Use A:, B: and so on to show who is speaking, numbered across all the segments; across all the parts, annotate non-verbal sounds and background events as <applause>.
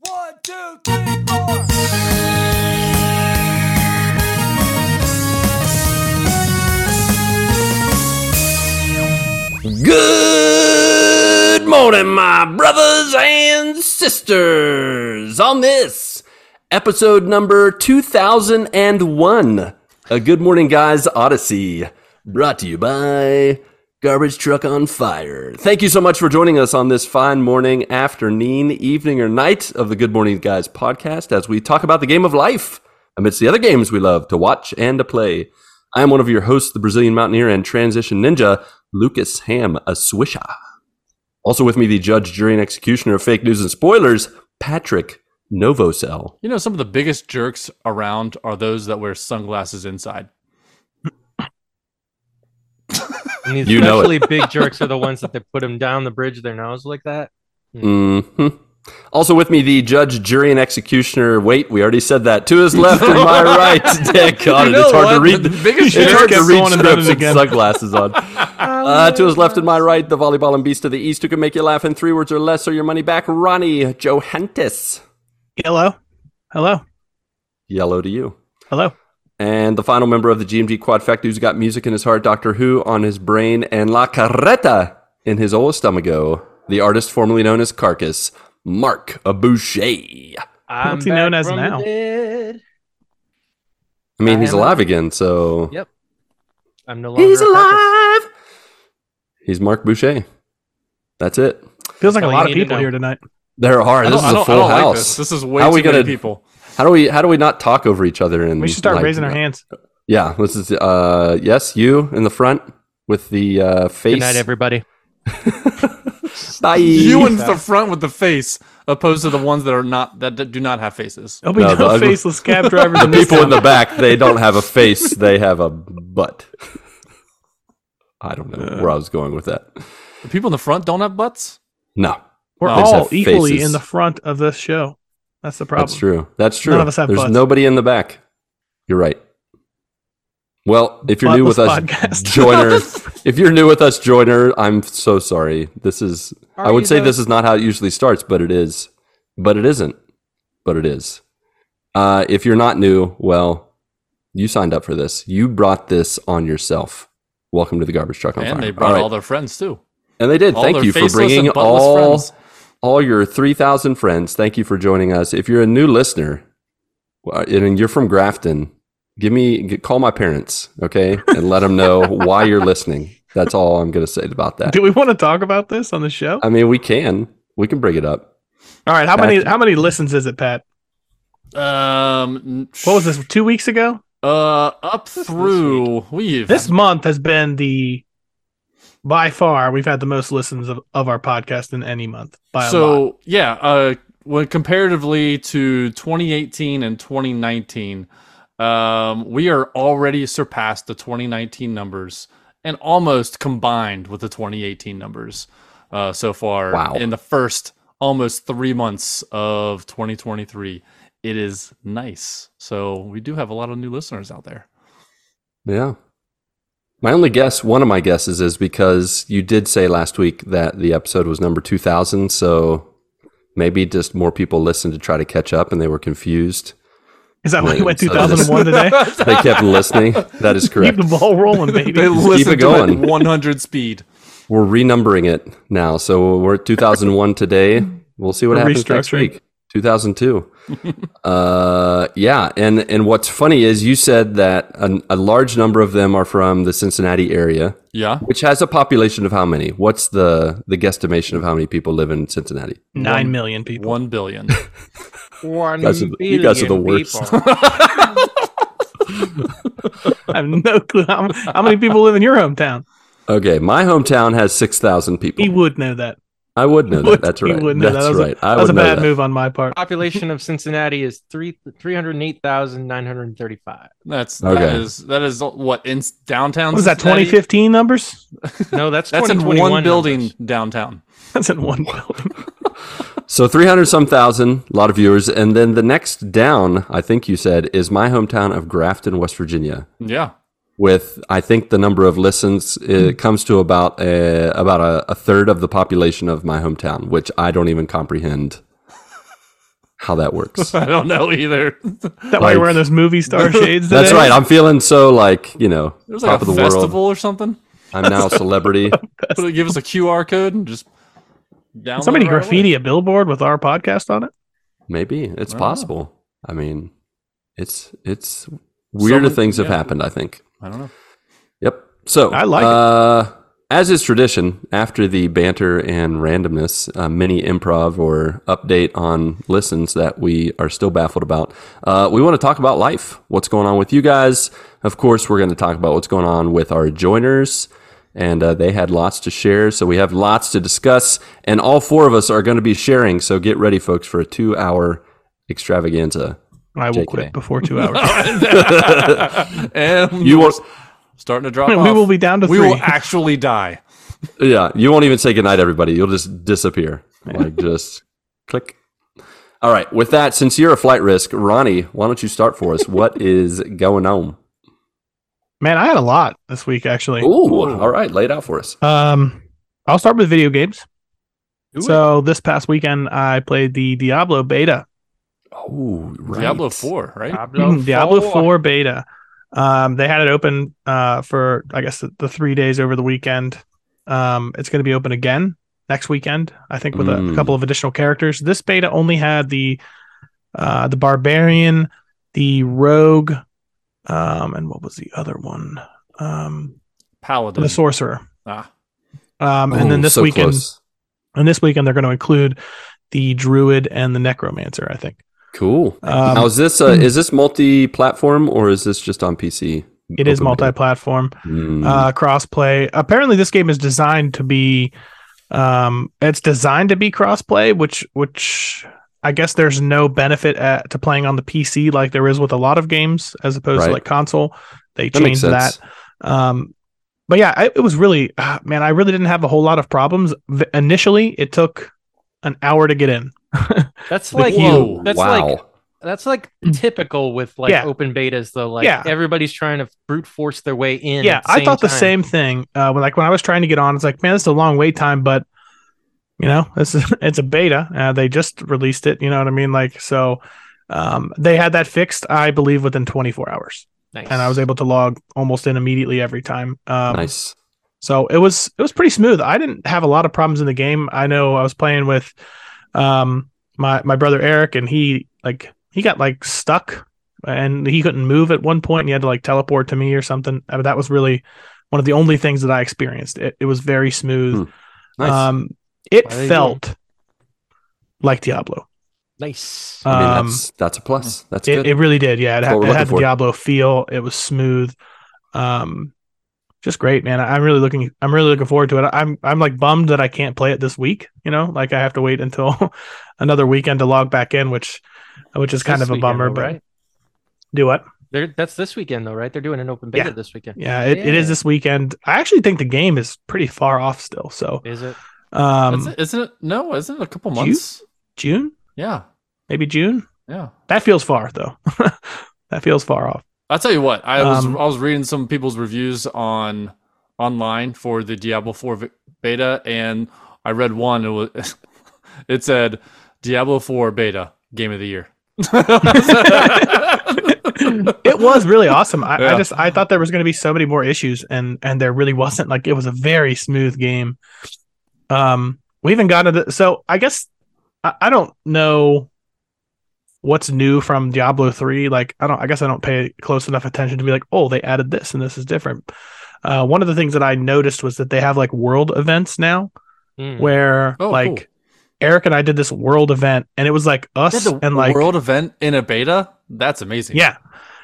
A: One, two, three, four.
B: Good morning, my brothers and sisters. On this episode number 2001, a Good Morning Guys Odyssey, brought to you by Garbage Truck on Fire. Thank you so much for joining us on this fine morning, afternoon, evening, or night of the Good Morning Guys podcast as we talk about the game of life amidst the other games we love to watch and to play. I am one of your hosts, the Brazilian Mountaineer and Transition Ninja, Lucas Ham Aswisha. Also with me, the judge, jury, and executioner of fake news and spoilers, Patrick Novosel.
C: You know, some of the biggest jerks around are those that wear sunglasses inside.
D: I mean,
B: You know it.
D: especially big jerks are the ones that they put them down the bridge of their nose like that.
B: hmm Also with me, the judge, jury, and executioner. Wait, we already said that. To his left and
C: <laughs>
B: my right. Dead God,
C: You
B: it.
C: know
B: It's hard to
C: what?
B: read.
C: The biggest
B: it's hard to
E: jerk
B: read
E: has gone and done
B: scripts
E: it
B: with
E: again.
B: sunglasses
C: <laughs>
B: on. Uh, to his left and my right, the volleyball and beast of the east who can make you laugh in three words or less or your money back. Ronnie Johantis.
E: Hello. Hello.
B: Yellow to you.
E: Hello.
B: And the final member of the GMG Quadfect who's got music in his heart, Doctor Who on his brain, and La Carreta in his old stomacho, the artist formerly known as Carcass, Mark Abouche.
D: I'm
E: What's he known
D: back
E: as
D: from the
E: now?
D: dead.
B: I mean,
D: I
B: he's
D: am-
B: alive again, so
D: Yep. I'm no longer.
B: he's
D: a carcass.
B: alive. He's Mark Boucher. That's it.
E: Feels like
D: all
E: a
D: you
E: lot of
D: need to
E: people
D: know.
E: here tonight.
B: There are.
C: I
B: This
C: don't-
B: is
C: I don't-
B: a
C: I
B: full
C: don't like
B: house.
C: this. This is way
B: How are
C: too
B: we
C: many
B: gonna-
C: people.
B: How do we? How do we not talk over each other? And
E: We should start
B: like,
E: raising our hands.
B: Yeah, this is. Uh, yes, you in the front with the uh, face.
D: Good night, everybody.
B: Bye.
C: You in the front with the face, opposed to the ones that are not that do not have faces.
E: There'll be
B: No,
E: no,
B: the ugly-
E: faceless cab drivers.
B: <laughs>
E: in
B: the
E: this
B: <laughs> people in
E: town.
B: the back they don't
D: <laughs>
B: have a face they have a butt i don't know where i was going with that
C: The people in the front don't have butts.
B: no
E: We're
B: They just
E: all
B: have
E: equally
B: faces.
E: in the front of this show. That's the problem.
B: that's true that's true
E: None of us have
B: there's
E: butts.
B: nobody in the back you're right well if you're new with us
E: Buttless podcast.
B: joiner <laughs> if you're new with us joiner i'm so sorry this is i
D: Are
B: would
D: you
B: say
D: though?
B: this is not how it usually starts but it is but it isn't but it is uh, if you're not new well you signed up for this you brought this on yourself welcome to the garbage truck on
C: And
B: fire
C: they brought
B: right.
C: all their friends too.
B: And they did.
C: All
B: Thank
C: their
B: you for
C: faceless
B: bringing
C: and buttless
B: all
C: friends.
B: all your three thousand friends. Thank you for joining us. If you're a new listener uh, and you're from Grafton, give me g- call my parents, okay, and let them know why you're listening. That's all I'm going to say about that.
E: <laughs> Do we want to talk about this on the show?
B: I mean, we can we can bring it up.
E: All right. How many
B: Patrick.
E: how many listens is it, Pat?
C: Um,
E: What was this? Two weeks ago?
C: Uh, up through we've
E: This month has been the by far we've had the most listens of, of our podcast in any month. By a
C: so
E: lot.
C: yeah uh when comparatively to 2018 and 2019 um we are already surpassed the 2019 numbers and almost combined with the 2018 numbers uh so far
B: Wow.
C: in the first almost three months of 2023 it is nice so we do have a lot of new listeners out there
B: Yeah. My only guess, one of my guesses, is because you did say last week that the episode was number two thousand, so maybe just more people listened to try to catch up, and they were confused.
E: Is that why
B: wait,
E: you went
B: so
E: two thousand and one today? <laughs>
B: They
C: <laughs>
B: kept listening. That is <laughs>
E: Keep
B: correct.
E: the
B: <laughs>
E: ball rolling, baby.
C: they
B: it
C: listen to it
B: going.
C: at 100 speed
B: We're renumbering it now. So we're at 2001
E: <laughs>
B: today. We'll see what
E: We're
B: happens next
E: restructuring.
B: week.
E: <laughs>
B: 2002. uh, yeah. And, and what's funny is you said that an, a large number of them are from the Cincinnati area,
C: yeah
B: which has a population of how many? What's the, the guesstimation of how many people live in Cincinnati?
E: Nine
B: <laughs>
E: million people.
C: 1 billion
D: One
B: guys are the- you guys are the worst.
D: <laughs>
E: I have no clue how, how many people live in your hometown.
B: Okay. My hometown has 6,000
E: He
B: people.
E: would know that.
B: I would
E: <laughs>
B: know that.
E: would-
B: That's
E: he
B: right.
E: would know that.
B: That's
E: That was a-
B: right. I
E: That was
B: would
E: a
B: know
E: bad
B: that.
E: move on my part.
D: population of Cincinnati is three three hundred eight thousand nine hundred thirty five.
C: That's that
B: Okay.
C: is that is what in s- downtown.
E: What is that?
C: Cincinnati?
E: Twenty fifteen numbers? <laughs>
D: No, that's
C: That's in
D: 2021
C: one building
D: numbers.
C: downtown.
E: That's in one building.
B: So 300 some thousand, a lot of viewers. And then the next down, I think you said, is my hometown of Grafton, West Virginia,
C: Yeah, <laughs>
B: with I think the number of listens
C: Mm-hmm.
B: it comes to about a, about a, a third of the population of my hometown, which I don't even comprehend how that
C: <laughs>
B: works.
C: I don't know either.
E: <laughs>
C: <laughs>
E: That way
B: Like-
E: we're wearing those movie star shades.
B: That's
E: today?
B: right. I'm feeling so like you know
C: There's like
B: top
C: a
B: of the
C: festival
B: world.
C: or something.
B: I'm now a
C: <laughs>
B: celebrity.
C: Put it- give us a QR code and just download.
E: Did Somebody
C: it right away.
E: graffiti a billboard with our podcast on it.
B: Maybe it's
C: Wow.
B: possible. I mean, it's it's weirder
C: Someone-
B: things have
C: yeah.
B: happened. I think.
C: I don't know.
B: Yep. So
E: I like it.
B: uh, As is tradition, after the banter and randomness, uh, mini improv or update on listens that we are still baffled about, uh, we want to talk about life. What's going on with you guys? Of course, we're going to talk about what's going on with our joiners, and uh, they had lots to share. So we have lots to discuss, and all four of us are going to be sharing. So get ready, folks, for a two hour extravaganza.
E: I will
B: JK.
E: quit before
C: <laughs>
E: two hours. <laughs>
C: and
B: You won't,
C: starting to drop.
E: we
C: off.
E: will be down to
C: We
E: three.
C: will actually die.
B: Yeah, you won't even say goodnight, everybody. You'll just disappear.
E: <laughs>
B: Like just click. All right. With that, since you're a flight risk, Ronnie, why don't you start for us?
E: <laughs>
B: What is going on?
E: Man, I had a lot this week actually.
B: Ooh, all right, lay it out for us.
E: Um, I'll start with video games.
C: Do it.
E: <laughs> so this past weekend, I played the Diablo beta,
B: Oh, right.
C: Diablo Four,
E: Uh,
C: right?
D: Diablo,
E: Mm-hmm. Hmm, Diablo Four beta. Um, they had it open uh, for I guess the, the three days over the weekend. Um, it's going to be open again next weekend, I think, with a- a,
B: Mm.
E: couple of additional characters. This beta only had the uh, the barbarian, the rogue, um, and what was the other one? Um,
C: Paladin.
E: the sorcerer.
C: Ah,
E: Um, and then
B: Ooh,
E: this
B: so
E: weekend.
B: close.
E: And this weekend they're going to include the druid and the necromancer, I think.
B: Cool.
E: Um,
B: now is this uh, is this multi-platform or is this just on PC?
E: it is
B: Open beta.
E: multi-platform,
B: Mm,
E: uh, cross-play. Apparently, this game is designed to be, um, it's designed to be cross-play, which which I guess there's no benefit at, to playing on the PC like there is with a lot of games, as opposed to
B: Right.
E: like console. They
B: that makes
E: changed that.
B: sense.
E: Um, but yeah, I, it was really, ah, man, I really didn't have a whole lot of problems. V- initially, it took an hour to get in.
D: That's
E: The
D: like
E: queue.
D: that's
B: wow.
D: like that's like typical with like
E: Yeah.
D: open betas though. Like
E: Yeah.
D: everybody's trying to brute force their way in.
E: yeah
D: at
E: i thought the
D: time.
E: same thing uh when like when i was trying to get on it's like man this is a long wait time but you know this is <laughs> it's a beta uh, they just released it you know what i mean like so um they had that fixed i believe within 24 hours
D: Nice.
E: and i was able to log almost in immediately every time um
B: nice.
E: so it was it was pretty smooth. I didn't have a lot of problems in the game. I know I was playing with um my my brother Eric and he like he got like stuck and he couldn't move at one point and he had to like teleport to me or something. Uh, That was really one of the only things that I experienced. It, it was very smooth.
B: Hmm. Nice.
E: Um it
D: Why are you
E: felt like Diablo.
D: nice.
B: I mean,
E: Um
B: that's that's a plus. That's
E: it,
B: good.
E: it really did. Yeah, it,
B: That's
E: had,
B: what we're
E: it had
B: looking for.
E: the Diablo feel. It was smooth. Um, just great, man. I- I'm really looking. I'm really looking forward to it. I'm I'm like bummed that I can't play it this week. You know, like I have to wait until <laughs> another weekend to log back in, which which is kind
D: This
E: of a
D: weekend,
E: bummer.
D: though,
E: but
D: right?
E: do what?
D: They're, that's this weekend though, right? They're doing an open beta
E: Yeah.
D: this weekend.
E: Yeah, it, it
D: Yeah.
E: is this weekend. I actually think the game is pretty far off still. So
D: Is it?
C: That's
E: um,
C: it- isn't it? No, isn't it a couple
E: Ju-
C: months?
E: June,
C: Yeah,
E: maybe June.
C: yeah.
E: That feels far though. <laughs> that feels far off.
C: I'll tell you what. I was
E: Um,
C: I was reading some people's reviews on online for the Diablo 4 v- beta, and I read one. It was <laughs> it said Diablo 4 beta game of the <laughs> year.
E: it was really awesome. I,
C: <laughs> Yeah.
E: I just I thought there was going to be so many more issues, and and there really wasn't. Like it was a very smooth game. Um, we even got into the, so I guess I, I don't know what's new from Diablo three. Like I don't I guess I don't pay close enough attention to be like, oh, they added this and this is different. Uh, one of the things that I noticed was that they have like world events now,
D: Mm.
E: where
C: Oh,
E: like
C: cool.
E: Eric and I did this world event, and it was like
C: They had
E: us
C: the
E: and like
C: world event in a beta. That's amazing.
E: yeah.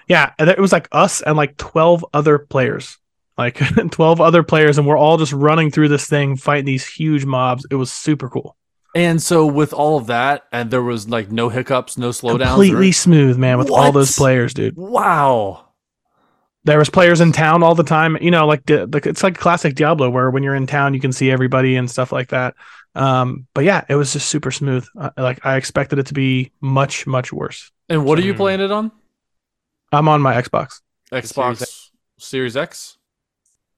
E: Yeah. And it was like us and like 12 other players, like <laughs> 12 other players. And we're all just running through this thing, fighting these huge mobs. It was super cool.
C: And so with all of that, and there was like no hiccups, no slowdowns.
E: Completely
C: or-
E: smooth, man, with all
C: What?
E: those players, dude.
C: wow.
E: There was players in town all the time. You know, like, the, like it's like classic Diablo where when you're in town, you can see everybody and stuff like that. Um, but yeah, it was just super smooth. Uh, like I expected it to be much, much worse.
C: And what are you
D: Hmm.
C: playing it on?
E: I'm on my Xbox.
C: Xbox
D: Series
C: Series, X.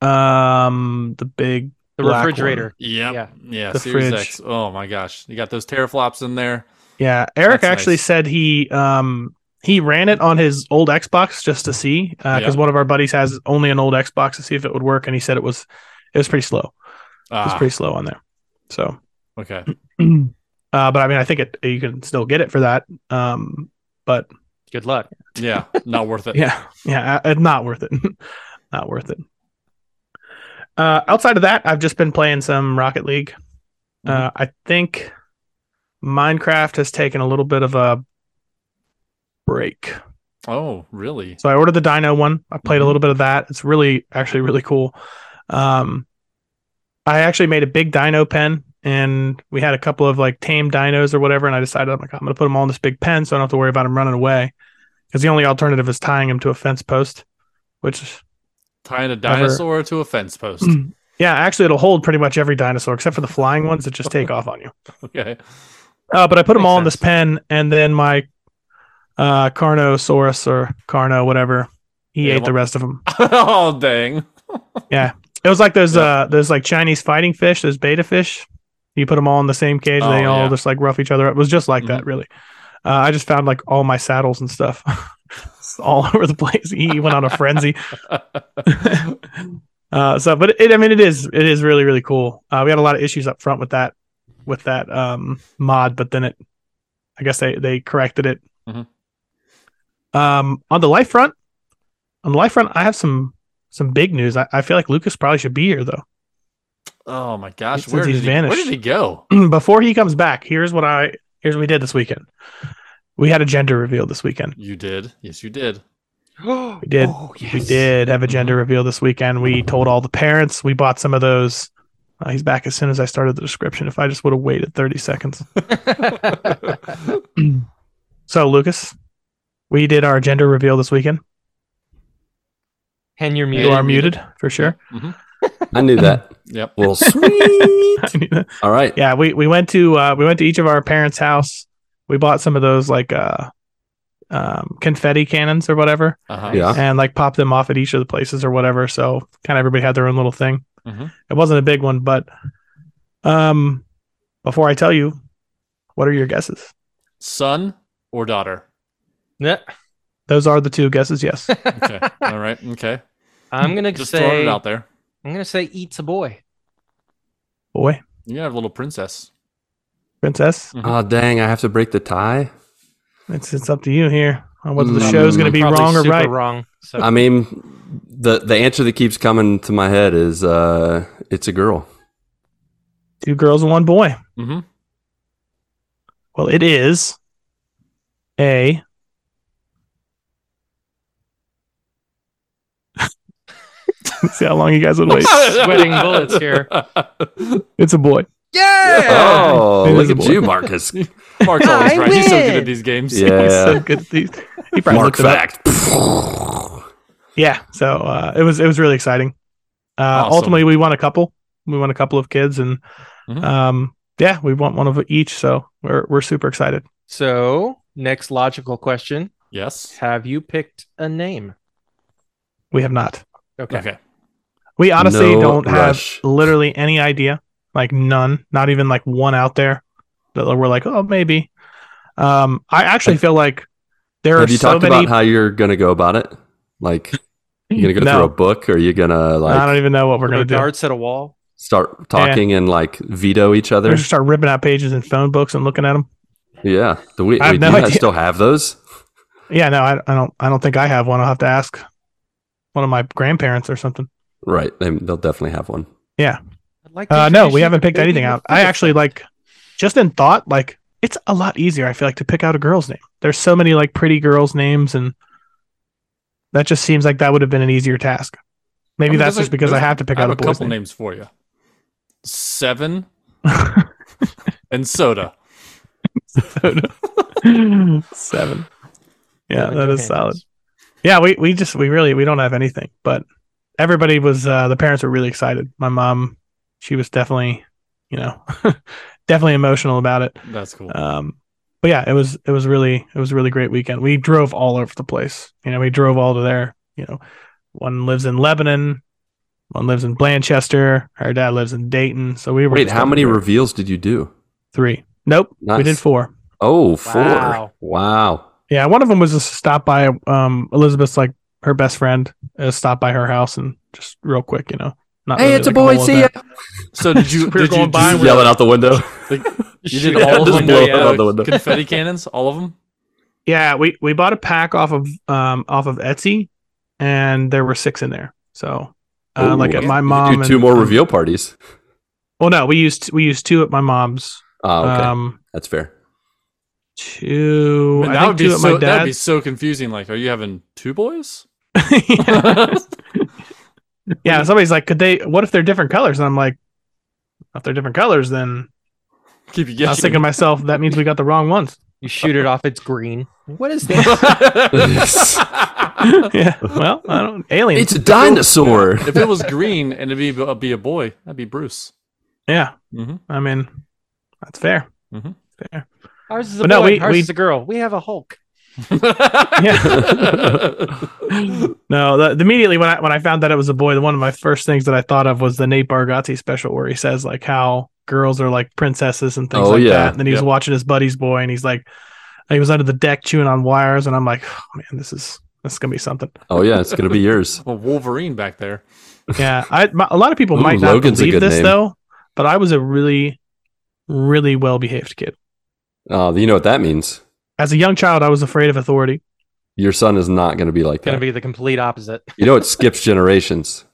E: Um, the big
D: The
E: black one.
D: refrigerator.
C: Yep.
D: Yeah.
C: Yeah.
E: The
C: Series
E: fridge.
C: X. Oh my gosh, you got those teraflops in there.
E: Yeah, Eric
C: That's
E: actually
C: nice.
E: said he um he ran it on his old Xbox just to see because
C: Yeah.
E: one of our buddies has only an old Xbox to see if it would work, and he said it was it was pretty slow. It was
C: Ah,
E: pretty slow on there. So,
C: okay.
E: uh, but I mean, I think it you can still get it for that. Um, but
D: Good luck.
C: Yeah, not worth
D: <laughs>
C: it.
E: yeah, yeah, uh, not worth it. <laughs> not worth it. Uh, outside of that, I've just been playing some Rocket League.
C: Mm-hmm.
E: Uh, I think Minecraft has taken a little bit of a break.
C: Oh, really?
E: So I ordered the Dino one. I played a
C: Mhm.
E: little bit of that. It's really actually really cool. Um, I actually made a big Dino pen, and we had a couple of like tame dinos or whatever. And I decided I'm like I'm gonna put them all in this big pen, so I don't have to worry about them running away. Because the only alternative is tying them to a fence post, which
C: Tying a dinosaur to a fence post.
D: Mm.
E: yeah, actually it'll hold pretty much every dinosaur except for the flying ones that just take off on you.
C: okay. <laughs>
E: Uh, but I put them
C: Makes
E: all in this pen, and then my uh, Carnosaurus or Carno, whatever, he
C: Yeah,
E: ate the
C: wha-
E: rest of them.
C: oh, dang.
E: It was like those uh those like Chinese fighting fish, those beta fish. You put them all in the same cage, they
C: Oh,
E: all
C: yeah.
E: just like rough each other up. It was just like that, really. Uh, I just found like all my saddles and stuff <laughs> It's all <laughs> over the place. He went on a frenzy. uh, so, but it, I mean, it is it is really really cool. Uh, we had a lot of issues up front with that with that um, mod, but then it, I guess they they corrected it.
C: Mhm.
E: Um, on the life front, on the life front, I have some some big news. I, I feel like Lucas probably should be here though.
C: Oh my gosh,
E: Since
C: where did
E: he's
C: he, where
E: vanished.
C: did he go?
E: <clears throat> Before he comes back, here's what I here's what we did this weekend. We had a gender reveal this weekend.
C: You did. Yes, you did.
E: We did.
A: Oh, yes.
D: <laughs>
E: We did have a gender reveal this weekend. We told all the parents. We bought some of those. Uh, he's back as soon as I started the description. If I just would have waited 30 seconds. So Lucas, we did our gender reveal this weekend.
D: And you're
E: You
D: muted.
E: are muted for sure.
B: I knew
E: <laughs>
B: that.
C: Yep.
B: Well, sweet. All right.
E: yeah we we went to uh we went to each of our parents house we bought some of those like uh um confetti cannons or whatever
C: Uh-huh.
B: Yeah.
E: <laughs> and like popped them off at each of the places or whatever so kind of everybody had their own little thing
D: Mm-hmm.
C: Mhm.
E: it wasn't a big one but um before i tell you what are your guesses
C: Son or daughter?
D: Yeah.
E: those are the two guesses yes
C: Okay. All right. Okay.
D: <laughs> I'm gonna
C: Just throwing
D: say
C: it
D: I'm
C: out there.
D: gonna say eats a boy.
E: boy
C: You have a little princess. <laughs>
E: princess
B: Oh, dang. I have to break the tie.
E: it's it's up to you here on whether the
B: Mm.
E: show's going to be
D: Probably
E: wrong or
D: super
E: right
D: Wrong. So
B: I mean, the the answer that keeps coming to my head is uh, it's a girl.
E: two girls and one boy
C: Mm-hmm.
E: well it is a <laughs> see how long you guys
D: <laughs>
E: would
D: <laughs>
E: wait
D: sweating bullets
C: <laughs>
D: here. Uh,
E: it's a boy
D: Yeah.
B: oh,
E: It
B: look
E: is a
B: at
E: boy.
B: you, Marcus.
E: <laughs>
C: Mark's always
D: I
C: right. He's so good
D: win.
C: at these games.
E: He's so
B: Yeah.
E: good at these. He probably
B: Mark
E: looked it up.
B: fact.
E: Yeah. So uh, it was it was really exciting. Uh,
C: Awesome.
E: Ultimately, we won a couple. We won a couple of kids, and
C: Mhm.
E: um, yeah, we want one of each. So we're we're super excited.
D: So next logical question:
C: Yes.
D: Have you picked a name?
E: We have not.
D: Okay.
C: Okay.
E: We honestly
B: No
E: don't
B: rush.
E: have literally any idea. Like none. Not even like one out there that we're like, oh, maybe. Um, I actually feel like there
B: Have
E: are
B: you
E: so
B: talked
E: many.
B: about how you're gonna go about it? Like, you gonna go
E: <laughs> No.
B: through a book, or you gonna
E: I don't
B: like
E: even know what we're
D: Throw
E: gonna do.
D: darts at a wall.
B: start talking and like veto each
E: We're <laughs>
B: other?
E: gonna start ripping out pages in phone books and looking at them.
B: Yeah. Do we?
E: I have
B: wait,
E: no
B: do you guys
E: idea.
B: still have those?
E: Yeah, no, I, I don't. I don't think I have one. I'll have to ask one of my grandparents or something.
B: Right. They, they'll definitely have one.
D: I'd like to
E: Uh, no,
D: introduce
E: we
D: you
E: haven't
D: to
E: picked
D: Baby
E: anything out.
D: <laughs>
E: I
D: Mephisto.
E: actually like, just in thought, like it's a lot easier. I feel like to pick out a girl's name. There's so many like pretty girls' names, and that just seems like that would have been an easier task.
C: I
E: Maybe
C: mean,
E: that's
C: there's
E: just
C: a-
E: because I
C: there's-
E: have to pick
C: I have a
E: out a boy's
C: couple
E: name.
C: names for you. Seven and soda. <laughs>
E: Seven. Yeah,
D: Seven
E: that
D: Johannes.
E: is solid. Yeah, we we just we really we don't have anything, but everybody was uh the parents were really excited. My mom, she was definitely, you know, <laughs> definitely emotional about it.
C: That's cool.
E: Um but yeah, it was it was really it was a really great weekend. We drove all over the place. You know, we drove all to there, you know. One lives in Lebanon, one lives in Blanchester, her dad lives in Dayton. So we were
B: Wait,
E: just
B: how many
E: everywhere.
B: reveals did you do?
E: three. Nope. We
B: Nice.
E: did four.
B: Oh, four. Wow.
D: Wow.
E: Yeah, one of them was just a stop by. Um, Elizabeth's like her best friend uh, stopped by her house and just real quick, you know. Not
B: Hey,
E: really,
B: it's a
E: like, whole
B: boy. See ya.
E: event.
C: So did you
E: <laughs> We were
C: did you
E: going by
C: just
E: and
B: Just
E: we're
C: yell
B: yell
C: it
B: it out the <laughs> window.
C: out? You did
B: Yeah,
C: all
B: just
C: of them
B: blow
C: with
B: it out the
C: the
B: window.
C: confetti cannons, all of them.
E: Yeah, we we bought a pack off of um off of Etsy, and there were six in there. So, uh,
B: Ooh.
E: like at my
B: You could
E: mom.
B: Do two
E: and-
B: more
E: and-
B: reveal parties.
E: Well, no, we used we used two at my mom's.
B: Oh, okay,
E: Um,
B: that's
E: <laughs>
B: fair. <laughs>
E: two.
C: Man,
E: I
C: that would
E: think
C: be
E: two at my
C: so. That'd be
E: dad's.
C: so confusing. Like, are you having two
E: <laughs>
C: boys?
E: yeah. Yeah, somebody's like, could they? What if they're different colors? And I'm like, if they're different colors, then
C: Keep you
E: I was
C: guessing.
E: thinking to myself, that means we got the wrong ones.
D: You shoot it off, it's green. What <laughs> is that?
B: <laughs>
C: <laughs>
E: yeah. <laughs> Well, I don't. Aliens.
B: It's a dinosaur.
C: if it was green and it'd be, it'd be a boy, that'd be Bruce.
E: yeah.
C: Mhm.
E: I mean, that's fair.
C: Mhm.
E: Fair.
D: Ours is a
E: But no,
D: boy,
E: we-
D: ours
E: we-
D: is a girl. We have a Hulk.
C: <laughs>
E: No, the, the- immediately when I when I found that it was a boy, the one of my first things that I thought of was the Nate Bargatze special where he says like how girls are like princesses and things
B: Oh,
E: like
B: yeah.
E: that. And then he was
C: Yep.
E: watching his buddy's boy, and he's like, he was under the deck chewing on wires, and I'm like, oh, man, this is this is gonna
B: <laughs>
E: be something.
B: oh yeah, it's gonna be yours.
C: Well, Wolverine back there. <laughs>
E: Yeah, I my, a lot of people
B: Ooh,
E: might not
B: Logan's a
E: believe
B: good
E: this
B: name.
E: though, but I was a really, really well behaved kid.
B: Uh, you know what that means.
E: As a young child, I was afraid of authority.
B: Your son is not gonna be like
D: Gonna
B: that.
D: be the complete opposite.
B: you know, it skips generations.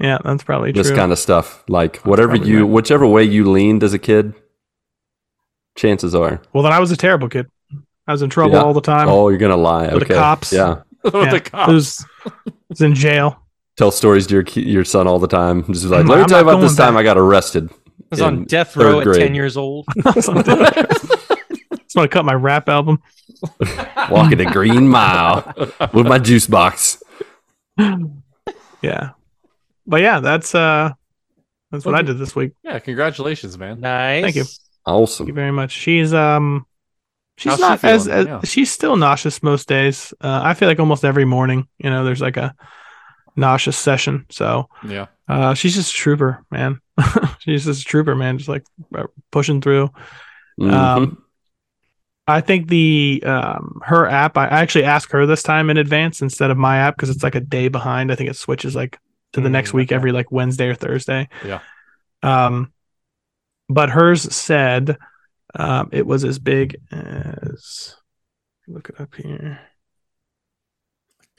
E: Yeah, that's probably
B: this
E: <laughs> true.
B: kind of stuff. Like whatever
E: probably
B: you,
E: right.
B: whichever way you leaned as a kid, chances are,
E: well, then I was a terrible kid. I was in trouble
B: Yeah.
E: all the time.
B: oh, you're gonna lie.
E: With the
B: okay.
E: cops.
B: Yeah.
C: With
E: Yeah,
C: the
E: I
C: cops.
E: was, I was in jail. <laughs>
B: Tell stories to your ki- your son all the time. Just like,
E: I'm-
B: let me
E: I'm
B: tell you
E: not
B: about this
E: going
B: time
E: back."
B: I got arrested.
D: I was
B: In
D: on death
B: third
D: row at
B: grade.
D: 10 years <laughs> old.
E: Just want to
B: <laughs>
E: cut my rap album.
B: Walking
E: <laughs>
B: a green mile with my juice box.
E: Yeah, but yeah, that's uh, that's what I did this week.
C: yeah, congratulations, man.
D: Nice.
E: Thank you. Thank you
B: Awesome.
E: very much. She's um, she's
C: How's she
E: not as,
C: feeling?
E: as
C: Yeah.
E: she's still nauseous most days. Uh, I feel like almost every morning, you know, there's like a nauseous session. So
C: Yeah.
E: uh, she's just a trooper, man. <laughs> she's just a trooper, man. Just like uh, pushing through.
B: Mhm.
E: Um, I think the um, her app. I I actually asked her this time in advance instead of my app because it's like a day behind. I think it switches like to the
D: Mm,
E: next week
D: okay.
E: every like Wednesday or Thursday.
C: Yeah.
E: Um, but hers said um, it was as big as. Look it up here. <laughs>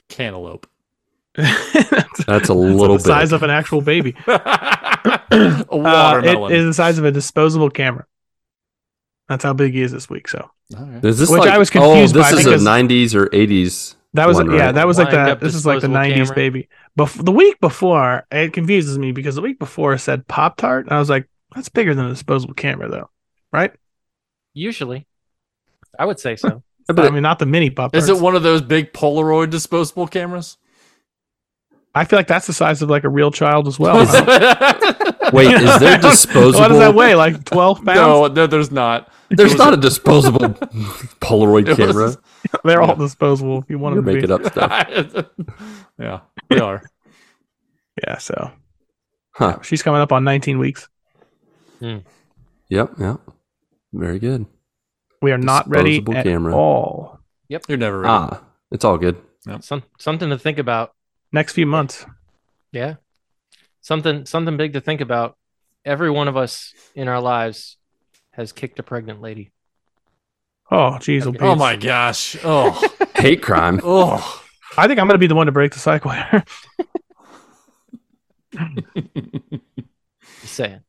C: Cantaloupe.
E: <laughs> That's
B: That's a little
E: the size
B: bit.
E: of an actual baby.
C: a
E: Uh,
C: watermelon.
E: it is the size of a disposable camera. That's how big he is this week. So
C: Alright.
B: Is this
E: which
B: like-
E: I was confused
B: oh, this
E: by
B: is
E: because-
B: a 90s or 80s.
E: That was
B: one,
E: yeah.
B: right?
E: That was like
D: Lined
E: the
D: up
E: this is like the
D: disposable
E: '90s
D: camera.
E: baby. But the week before, it confuses me because the week before it said Pop Tart, and I was like, "That's bigger than a disposable camera, though, right?"
D: Usually. I would say so.
E: I mean, not the mini Pop Tart.
C: Is it one of those big Polaroid disposable cameras?
E: I feel like that's the size of like a real child
C: <laughs>
E: as well.
B: Is- Wait,
E: <laughs>
B: is there disposable?
E: What does that weigh?
B: <laughs>
E: Like twelve pounds?
C: no, no, there's not.
B: There's not a
E: <laughs>
B: disposable Polaroid
C: It was-
B: camera.
E: They're all disposable. If you want
B: You're
E: them to be.
B: making up stuff.
C: <laughs> yeah, we are.
E: Yeah. So
B: Huh.
E: she's coming up on 19 weeks.
B: Yep. Yep. Very good.
E: We are not ready
B: Disposable
E: at
B: camera.
E: all.
C: You're never ready.
B: Ah, it's all good.
D: Some, something to think about.
E: Next few months.
D: Yeah. Something something big to think about. Every one of us in our lives has kicked a pregnant lady.
E: Oh, geez.
D: Okay.
C: oh my gosh. Oh,
B: Hate crime.
C: oh.
E: I think I'm gonna be the one to break the cycle. here. <laughs>
D: Just saying.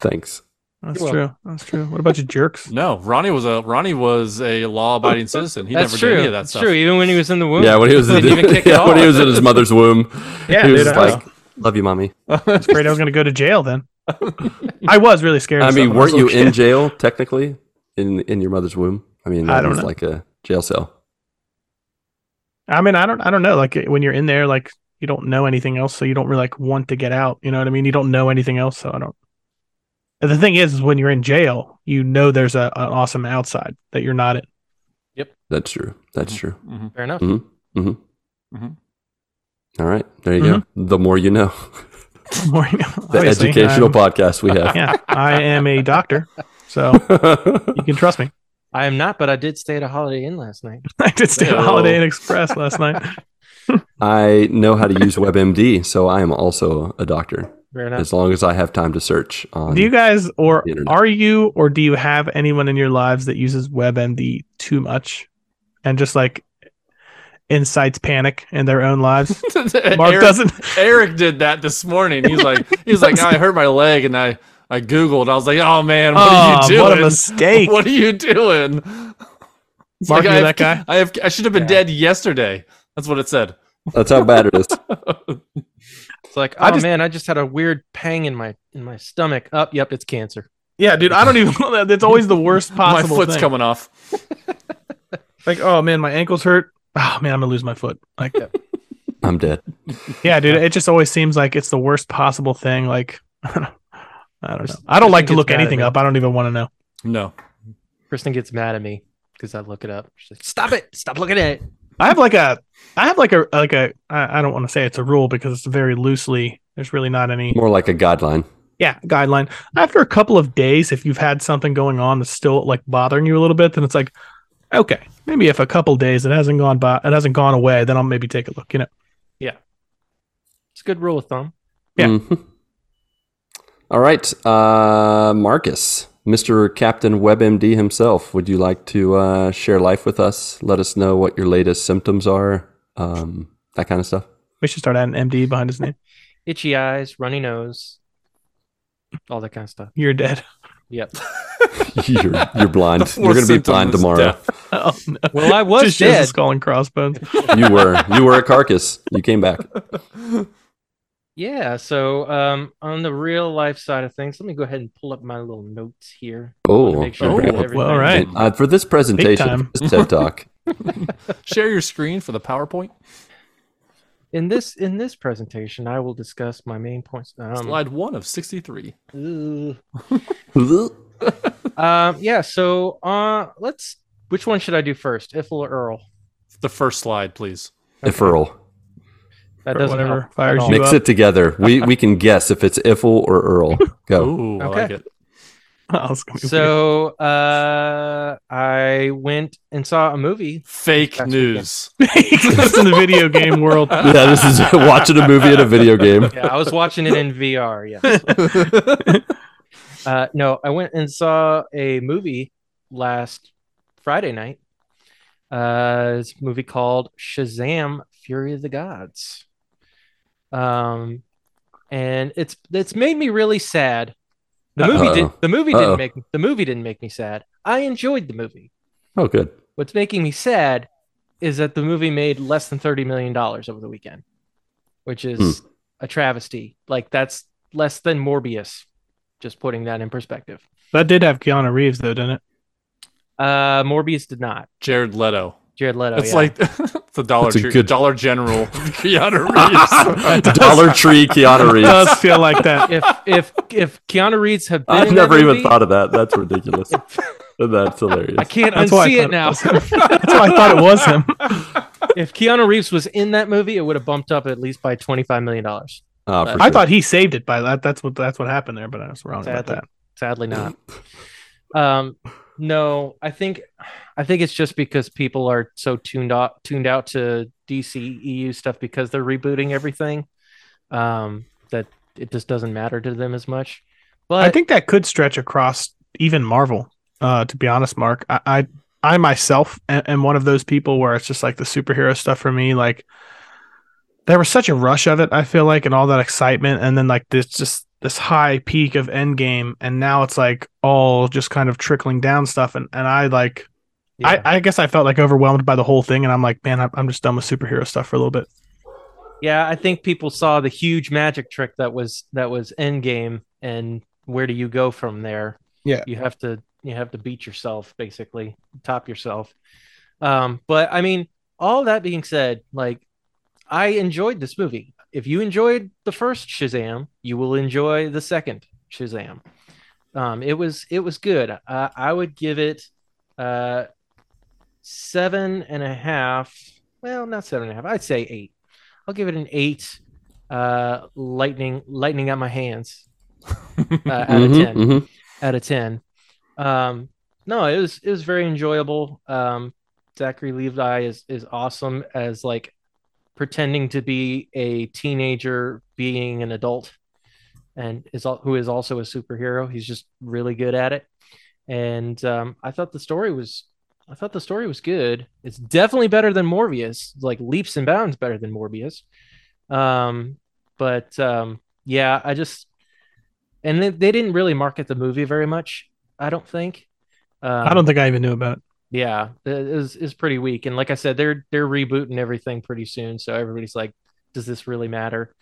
B: Thanks.
E: That's
D: You're
E: true. That's true. What about you jerks?
C: No, Ronnie was a Ronnie was a law-abiding citizen. He
D: That's
C: never
D: true.
C: did any of that
D: That's
C: stuff.
D: true. Even when he was in the womb.
B: Yeah, when he was in,
D: Didn't even kick
B: <laughs>
D: it
B: yeah, when he
D: off.
B: was in his mother's womb,
E: <laughs> Yeah,
B: he was
E: dude,
B: just
E: I
B: like, "Love you, mommy."
E: was afraid I was going to go to jail then. I was really scared.
B: I
E: of
B: mean,
E: something when
B: weren't you
E: was a
B: in
E: kid.
B: jail technically in in your mother's womb? I mean,
E: I
B: that
E: don't
B: was
E: know.
B: like a jail cell.
E: I mean, I don't, I don't know. Like when you're in there, like you don't know anything else, so you don't really like want to get out. You know what I mean? You don't know anything else, so I don't. And the thing is, is when you're in jail, you know there's a, an awesome outside that you're not in. <laughs>
B: That's true. That's true.
C: Mhm.
D: Fair enough.
B: Mm-hmm. Mm-hmm.
C: Mhm.
B: All right, there you
E: Mm-hmm.
B: go. The more you know.
E: The more you know,
B: The
E: obviously.
B: educational
E: I'm-
B: podcast we have.
E: Yeah, I am a doctor, So you can trust me. <laughs>
D: I am not, but I did stay at a Holiday Inn last night.
E: I did stay at
C: Oh.
E: Holiday Inn Express last night.
B: <laughs> I know how to use WebMD, so I am also a doctor.
D: Fair enough.
B: As long as I have time to search on.
E: Do you guys, or
B: The internet.
E: are you, or do you have anyone in your lives that uses WebMD too much, and just like incites panic in their own lives?
C: <laughs>
E: Mark
C: Eric,
E: doesn't.
C: Eric did that this morning. He's like, he's like, I hurt my leg, and I, I googled. I was like, oh man, what
E: Oh,
C: are you doing?
E: <laughs> what a mistake!
C: <laughs> What are you doing? It's
E: Mark,
C: I have-
E: you're that guy?
C: I have, I should have been dead yesterday. That's what it said.
B: That's how bad it is.
D: It's like, oh
E: I just-
D: man, I just had a weird pang in my in my stomach. Up, yep, it's cancer.
E: Yeah, dude, I don't even. <laughs> It's always the worst possible
C: my foot's
E: thing.
C: coming off.
E: Like, oh man, my ankles hurt. Oh man, I'm gonna lose my foot. Like,
B: I'm
E: <laughs>
B: dead.
E: yeah, dude, it just always seems like it's the worst possible thing. Like, <laughs> I don't, I don't know. I don't like to
D: Kristen
E: look
D: gets mad at
E: anything
D: me.
E: up. I don't even want to know.
C: No,
D: Kristen gets mad at me because I look it up. She's like, stop it, stop looking at it.
E: I have like a, I have like a, like a. I, I don't want to say it's a rule because it's very loosely. There's really not any,
B: More like a guideline.
E: yeah, guideline. After a couple of days, if you've had something going on that's still like bothering you a little bit, then it's like, okay, maybe if a couple days it hasn't gone by, it hasn't gone away, then I'll maybe take a look. You know.
D: It's a good rule of thumb.
E: Yeah.
B: Mhm. All right, uh, Marcus, Mr. Captain WebMD himself, would you like to uh, share life with us? Let us know what your latest symptoms are, um, that kind of <laughs> stuff.
E: We should start adding MD behind his name.
D: Itchy eyes, runny nose, all that kind of stuff.
E: You're dead. <laughs>
D: Yep.
B: You're, you're blind.
C: The
B: you're going to be
C: fourth
B: blind
C: symptom is
B: tomorrow.
E: Oh, no.
D: Well, I was
E: <laughs> Just shows
D: dead.
E: his skull and crossbones.
B: you were you were a carcass. You came back.
D: Yeah. So um, on the real life side of things, let me go ahead and pull up my little notes here.
B: Oh,
D: Make sure
C: Oh,
D: I got
B: okay.
D: everything.
E: well, all right.
B: Uh, for this presentation,
E: time.
B: this TED Talk,
C: share your screen for the PowerPoint.
D: In this in this presentation, I will discuss my main points. Um,
C: Slide one of sixty-three.
D: ugh.
B: Earl.
D: um, yeah. So uh, let's. Which one should I do first, Iffle or Earl?
C: The first slide, please.
D: That
E: Or
D: doesn't
E: whatever
D: help at
E: fires
D: all.
E: you
B: Mix
E: <laughs> up.
B: it together. We we can guess if it's Iffle or Earl. Go.
C: Ooh, I
D: Okay.
C: like it.
E: Oh, it's gonna be <laughs> weird.
D: So uh, I went and saw a movie.
C: Fake
D: That's
C: news.
E: It's in the video
D: <laughs>
E: game world.
B: Yeah, this is <laughs> watching a movie in a video game. <laughs>
D: Yeah, I was watching it in VR. Yeah. Uh, no, I went and saw a movie last Friday night. Uh, it's a movie called Shazam: Fury of the Gods. Um, and it's it's made me really sad. The movie
B: Uh-oh.
D: did the movie didn't
B: Uh-oh.
D: make the movie didn't make me sad. I enjoyed the movie.
B: Oh, good.
D: What's making me sad is that the movie made less than $30 million over the weekend, which is
B: Hmm.
D: a travesty. Like, that's less than Morbius, just putting that in perspective.
E: That did have Keanu Reeves though, didn't it?
D: Uh, Morbius did not.
C: Jared Leto.
D: Jared
E: Oh,
D: Leto.
C: it's
D: yeah.
C: like <laughs> the Dollar
B: That's a
C: Tree,
B: good- <laughs>
C: Dollar General Keanu Reeves.
B: Dollar Tree Keanu
E: It
B: Reeves.
E: does feel like that.
D: if if if Keanu Reeves had been
B: I've
D: in that
B: never even
D: movie,
B: thought of that. That's ridiculous. That's hilarious.
D: I can't
E: That's why I
D: unsee it
E: thought
D: now. <laughs>
E: That's why I thought it was him.
D: if Keanu Reeves was in that movie, it would have bumped up at least by $25 million.
B: Ah, for
E: I
B: sure.
E: thought he saved it by that. That's what that's what happened there, but I was wrong about
D: Sadly.
E: that.
D: sadly not um no i think i think it's just because people are so tuned out tuned out to dc eu stuff because they're rebooting everything um that it just doesn't matter to them as much but
E: I think that could stretch across even Marvel. Uh, to be honest, Mark, I, I, I myself am, am one of those people where it's just like the superhero stuff for me. Like, there was such a rush of it. I feel like, and all that excitement, and then like this just this high peak of Endgame, and now it's like all just kind of trickling down stuff. And and I like,
D: yeah,
E: I, I guess I felt like overwhelmed by the whole thing, and I'm like, man, I'm, I'm just done with superhero stuff for a little bit.
D: yeah i think people saw the huge magic trick that was that was endgame and where do you go from there
E: Yeah.
D: you have to you have to beat yourself basically top yourself um but i mean all that being said like i enjoyed this movie if you enjoyed the first shazam you will enjoy the second shazam um it was it was good uh, i would give it uh seven and a half well not seven and a half i'd say eight i'll give it an eight uh lightning lightning at my hands uh, out of
B: Mhm,
D: ten
B: mhm.
D: out of 10 um no it was it was very enjoyable um zachary levi is is awesome as like pretending to be a teenager being an adult and is al- who is also a superhero he's just really good at it and um i thought the story was i thought the story was good it's definitely better than morbius like leaps and bounds better than morbius um but um yeah i just and they, they didn't really market the movie very much I don't think. Um,
E: I don't think I even knew about it.
D: Yeah, it is is pretty weak. And like I said, they're they're rebooting everything pretty soon, so everybody's like, does this really matter?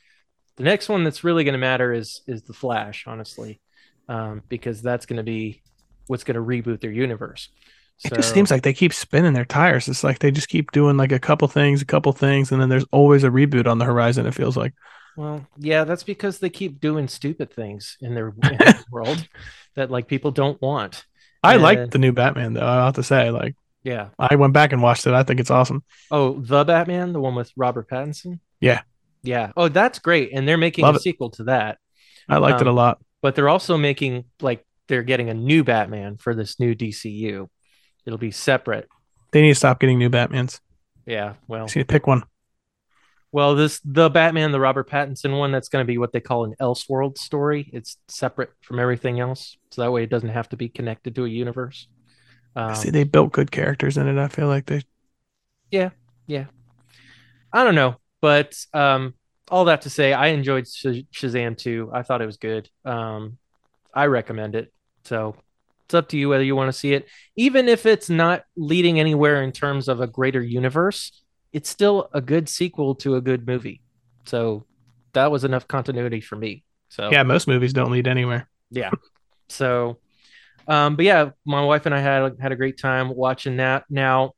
D: The next one that's really going to matter is is the Flash, honestly, um, because that's going to be what's going to reboot their universe. So,
E: It just seems like they keep spinning their tires. It's like they just keep doing like a couple things, a couple things, and then there's always a reboot on the horizon. It feels like.
D: well, yeah, that's because they keep doing stupid things in
E: <laughs>
D: their, in their world that like people don't want.
E: I
D: Yeah.
E: liked the new Batman though. I have to say, like
D: Yeah.
E: I went back and watched it. I think it's awesome.
D: Oh, the Batman, the one with Robert Pattinson.
E: Yeah.
D: Yeah. Oh, that's great. And they're making
E: Love
D: a
E: it.
D: sequel to that.
E: I liked it a
D: Um,
E: lot.
D: but they're also making like they're getting a new Batman for this new DCU. It'll be separate.
E: They need to stop getting new Batmans.
D: Yeah, well,
E: Just need to pick one.
D: well, this the Batman, the Robert Pattinson one. That's going to be what they call an Elseworld story. It's separate from everything else, so that way it doesn't have to be connected to a universe. Um,
E: See, they built good characters in it. I feel like they.
D: I don't know, but um, all that to say, I enjoyed Sh- Shazam 2. I thought it was good. Um, I recommend it. So it's up to you whether you want to see it. Even if it's not leading anywhere in terms of a greater universe, it's still a good sequel to a good movie. So that was enough continuity for me. So
E: Yeah, most movies don't lead anywhere.
D: yeah. So, um, but yeah, my wife and I had had a great time watching that. Now,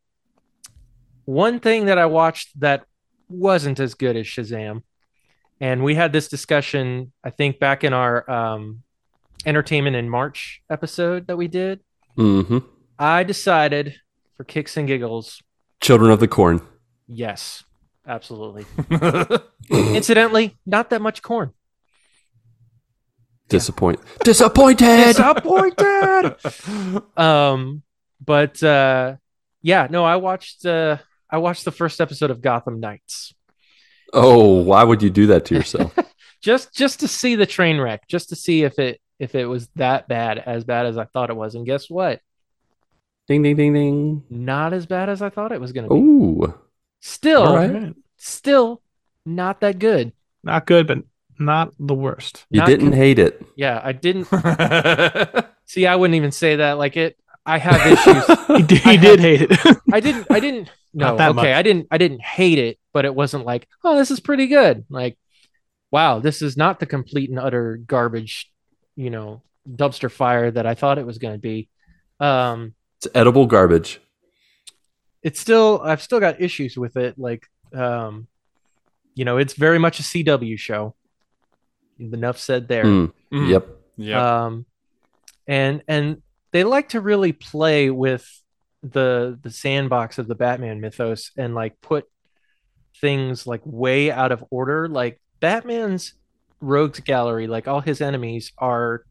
D: one thing that I watched that wasn't as good as Shazam, and we had this discussion, I think, back in our um, entertainment in March episode that we did.
B: Mm-hmm.
D: I decided for kicks and giggles,
B: Children of the Corn.
D: yes, absolutely. Incidentally, not that much corn.
B: <laughs> Disappoint. Disappointed.
D: disappointed.
B: <laughs>
D: um, but uh, yeah, no, I watched uh, I watched the first episode of Gotham Knights
B: oh, why would you do that to yourself?
D: just just to see the train wreck, just to see if it if it was that bad, as bad as I thought it was. And guess what?
B: ding, ding, ding, ding.
D: Not as bad as I thought it was going to be.
B: Ooh.
D: Still,
B: all right.
E: Alright.
D: still not that good.
E: Not good, but not the worst.
B: You
D: Not
B: didn't
D: con-
B: hate it.
D: Yeah, I didn't see. I wouldn't even say that. Like it, I have issues.
B: <laughs>
E: He did,
D: I
E: he did hate it. <laughs>
D: I didn't. I didn't. No.
E: Not
D: Okay.
E: that much.
D: I didn't. I didn't hate it, but it wasn't like, oh, this is pretty good. Like, wow, this is not the complete and utter garbage, you know, dumpster fire that I thought it was going to be. Um,
B: It's edible garbage.
D: it's still. I've still got issues with it. Like, um, you know, it's very much a CW show. Enough said there.
B: Mm, Yep.
C: <laughs>
E: Uh,
C: Yeah.
D: um and and they like to really play with the the sandbox of the batman mythos and like put things like way out of order like batman's rogues gallery like all his enemies are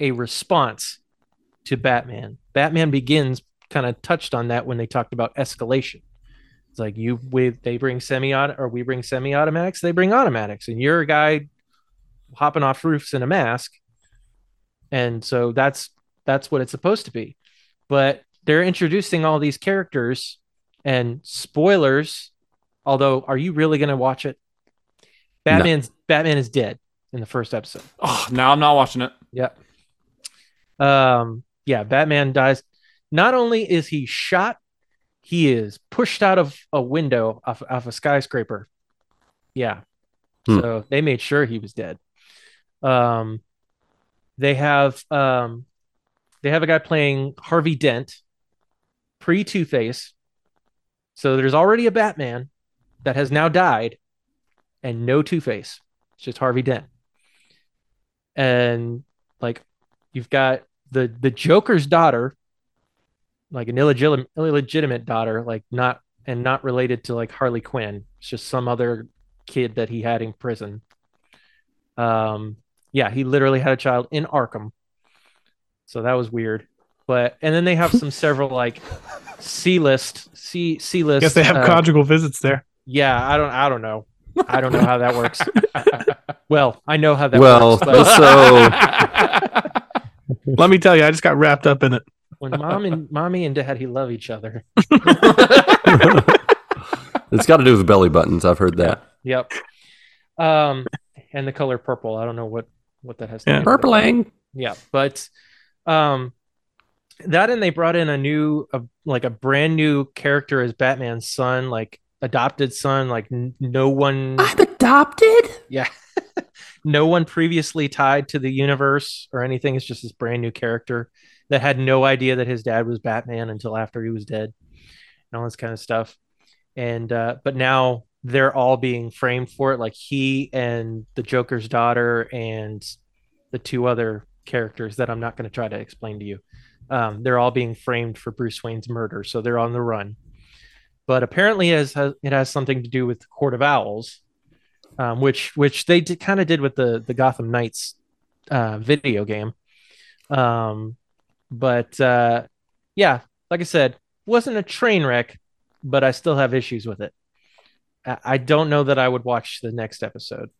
D: a response to batman batman begins kind of touched on that when they talked about escalation it's like you with they bring semi or we bring semi automatics they bring automatics and you're a guy hopping off roofs in a mask and so that's that's what it's supposed to be but they're introducing all these characters and spoilers although are you really going to watch it
B: No.
D: batman's batman is dead in the first episode
C: Oh, now I'm not watching it.
D: um yeah batman dies not only is he shot he is pushed out of a window off, off a skyscraper yeah
B: Hmm.
D: so they made sure he was dead um they have um they have a guy playing harvey dent pre two face so there's already a batman that has now died and no two face it's just harvey dent and like you've got the the Joker's daughter, like an illegitimate illegitimate daughter, like not and not related to like Harley Quinn. It's just some other kid that he had in prison. Um, yeah, he literally had a child in Arkham, so that was weird. But and then they have some several like C list C uh, C list.
E: guess they have conjugal visits there.
D: <laughs> Yeah, I don't I don't know. I don't know how that works. well, I know how that
B: well,
D: works. But
B: so
E: Let me tell you, I just got wrapped up in it.
D: <laughs> when mom and mommy and daddy love each other.
B: it's got to do with belly buttons. I've heard that.
D: Yep. Um and the color purple. I don't know what what that has to
E: Yeah.
D: do with it.
B: Purpling.
D: yeah but um that and they brought in a new a, like a brand new character as batman's son like adopted son like n- no one
B: adopted.
D: yeah <laughs> no one previously tied to the universe or anything it's just this brand new character that had no idea that his dad was batman until after he was dead and all this kind of stuff and uh but now they're all being framed for it like he and the joker's daughter and the two other characters that i'm not going to try to explain to you um, they're all being framed for bruce wayne's murder so they're on the run but apparently it has, it has something to do with the court of owls um, which which they did, kind of did with the the Gotham Knights uh, video game. Um, but uh, yeah, like I said, wasn't a train wreck, but I still have issues with it. I, I don't know that I would watch the next episode.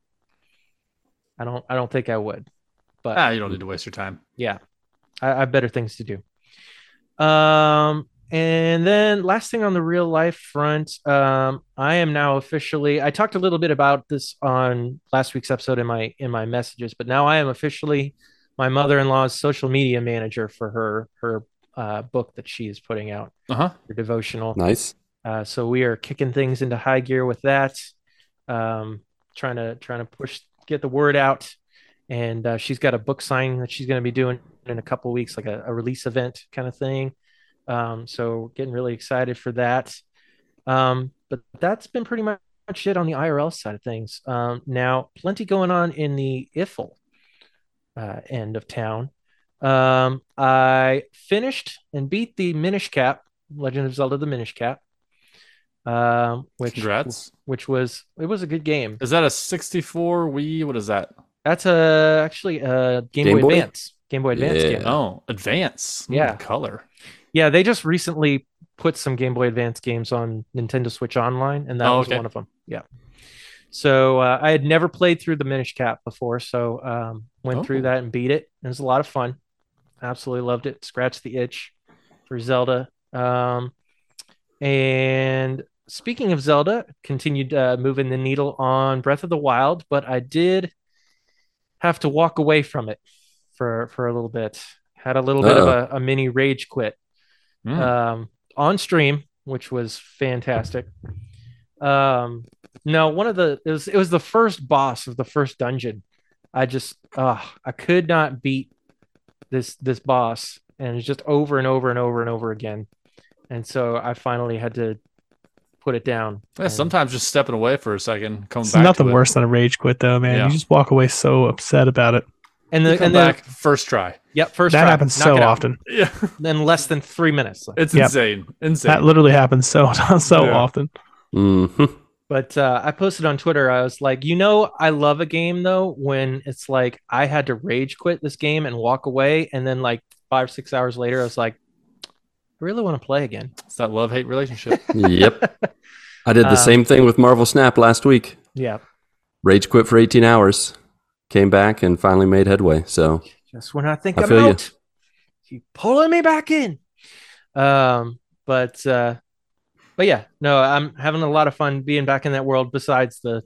D: I don't. I don't think I would. But
C: Ah, you don't need to waste your time.
D: yeah, I, I have better things to do. Um, and then last thing on the real life front, um, I am now officially. I talked a little bit about this on last week's episode in my in my messages, but now I am officially my mother in law's social media manager for her her uh, book that she is putting out,
C: Uh huh.
D: her devotional.
B: Nice.
D: Uh, so we are kicking things into high gear with that, um, trying to trying to push get the word out. And uh, she's got a book signing that she's going to be doing in a couple weeks, like a, a release event kind of thing. Um, so getting really excited for that. Um, but that's been pretty much it on the IRL side of things. Um, now, plenty going on in the IFL uh, end of town. Um, I finished and beat the Minish Cap, Legend of Zelda: The Minish Cap, um, which
C: Congrats.
D: which was it was a good game.
C: Is that a 64 Wii? What is that?
D: That's a actually a Game,
B: Game
D: Boy,
B: Boy?
D: Advance, Game Boy Advance
B: Yeah.
D: game.
C: Oh, Advance. Mm,
D: Yeah.
C: color.
D: Yeah, they just recently put some Game Boy Advance games on Nintendo Switch Online, and that
C: Oh,
D: was
C: okay.
D: one of them. Yeah. So uh, I had never played through the Minish Cap before, so um, went
C: Oh.
D: through that and beat it. It was a lot of fun. Absolutely loved it. Scratched the itch for Zelda. Um, and speaking of Zelda, continued uh, moving the needle on Breath of the Wild, but I did have to walk away from it for for a little bit. Had a little bit of a, a mini rage quit
C: Mm.
D: um, on stream, which was fantastic. Um, no, one of the it was it was the first boss of the first dungeon. I just uh, I could not beat this this boss, and it's just over and over and over and over again. And so I finally had to put it down.
C: yeah,
D: And-
C: sometimes just stepping away for a second, coming
E: It's
C: back.
E: nothing
C: to it.
E: worse than a rage quit, though, man.
C: Yeah.
E: You just walk away so upset about it.
D: And
C: You
D: the
C: come
D: and
C: back
D: then
C: first try.
D: yep, first
E: that
D: try,
E: happens
D: knock
E: so
D: it out
E: often.
C: Yeah,
D: in less than three minutes.
C: it's
E: Yep.
C: insane. Insane.
E: That literally happens so <laughs> so
C: Yeah.
E: often.
B: hmm
D: But uh, I posted on Twitter, I was like, you know, I love a game though when it's like I had to rage quit this game and walk away. And then like five, six hours later, I was like, I really want to play again.
C: it's that love
B: <laughs>
C: hate relationship.
B: Yep. I did the
D: Um,
B: same thing with Marvel Snap last week.
D: Yeah.
B: Rage quit for 18 hours, came back and finally made headway. So
D: Just when I think
B: I
D: I am
B: feel you.
D: out, you. pulling me back in. Um, but uh, but yeah, no, I'm having a lot of fun being back in that world. Besides the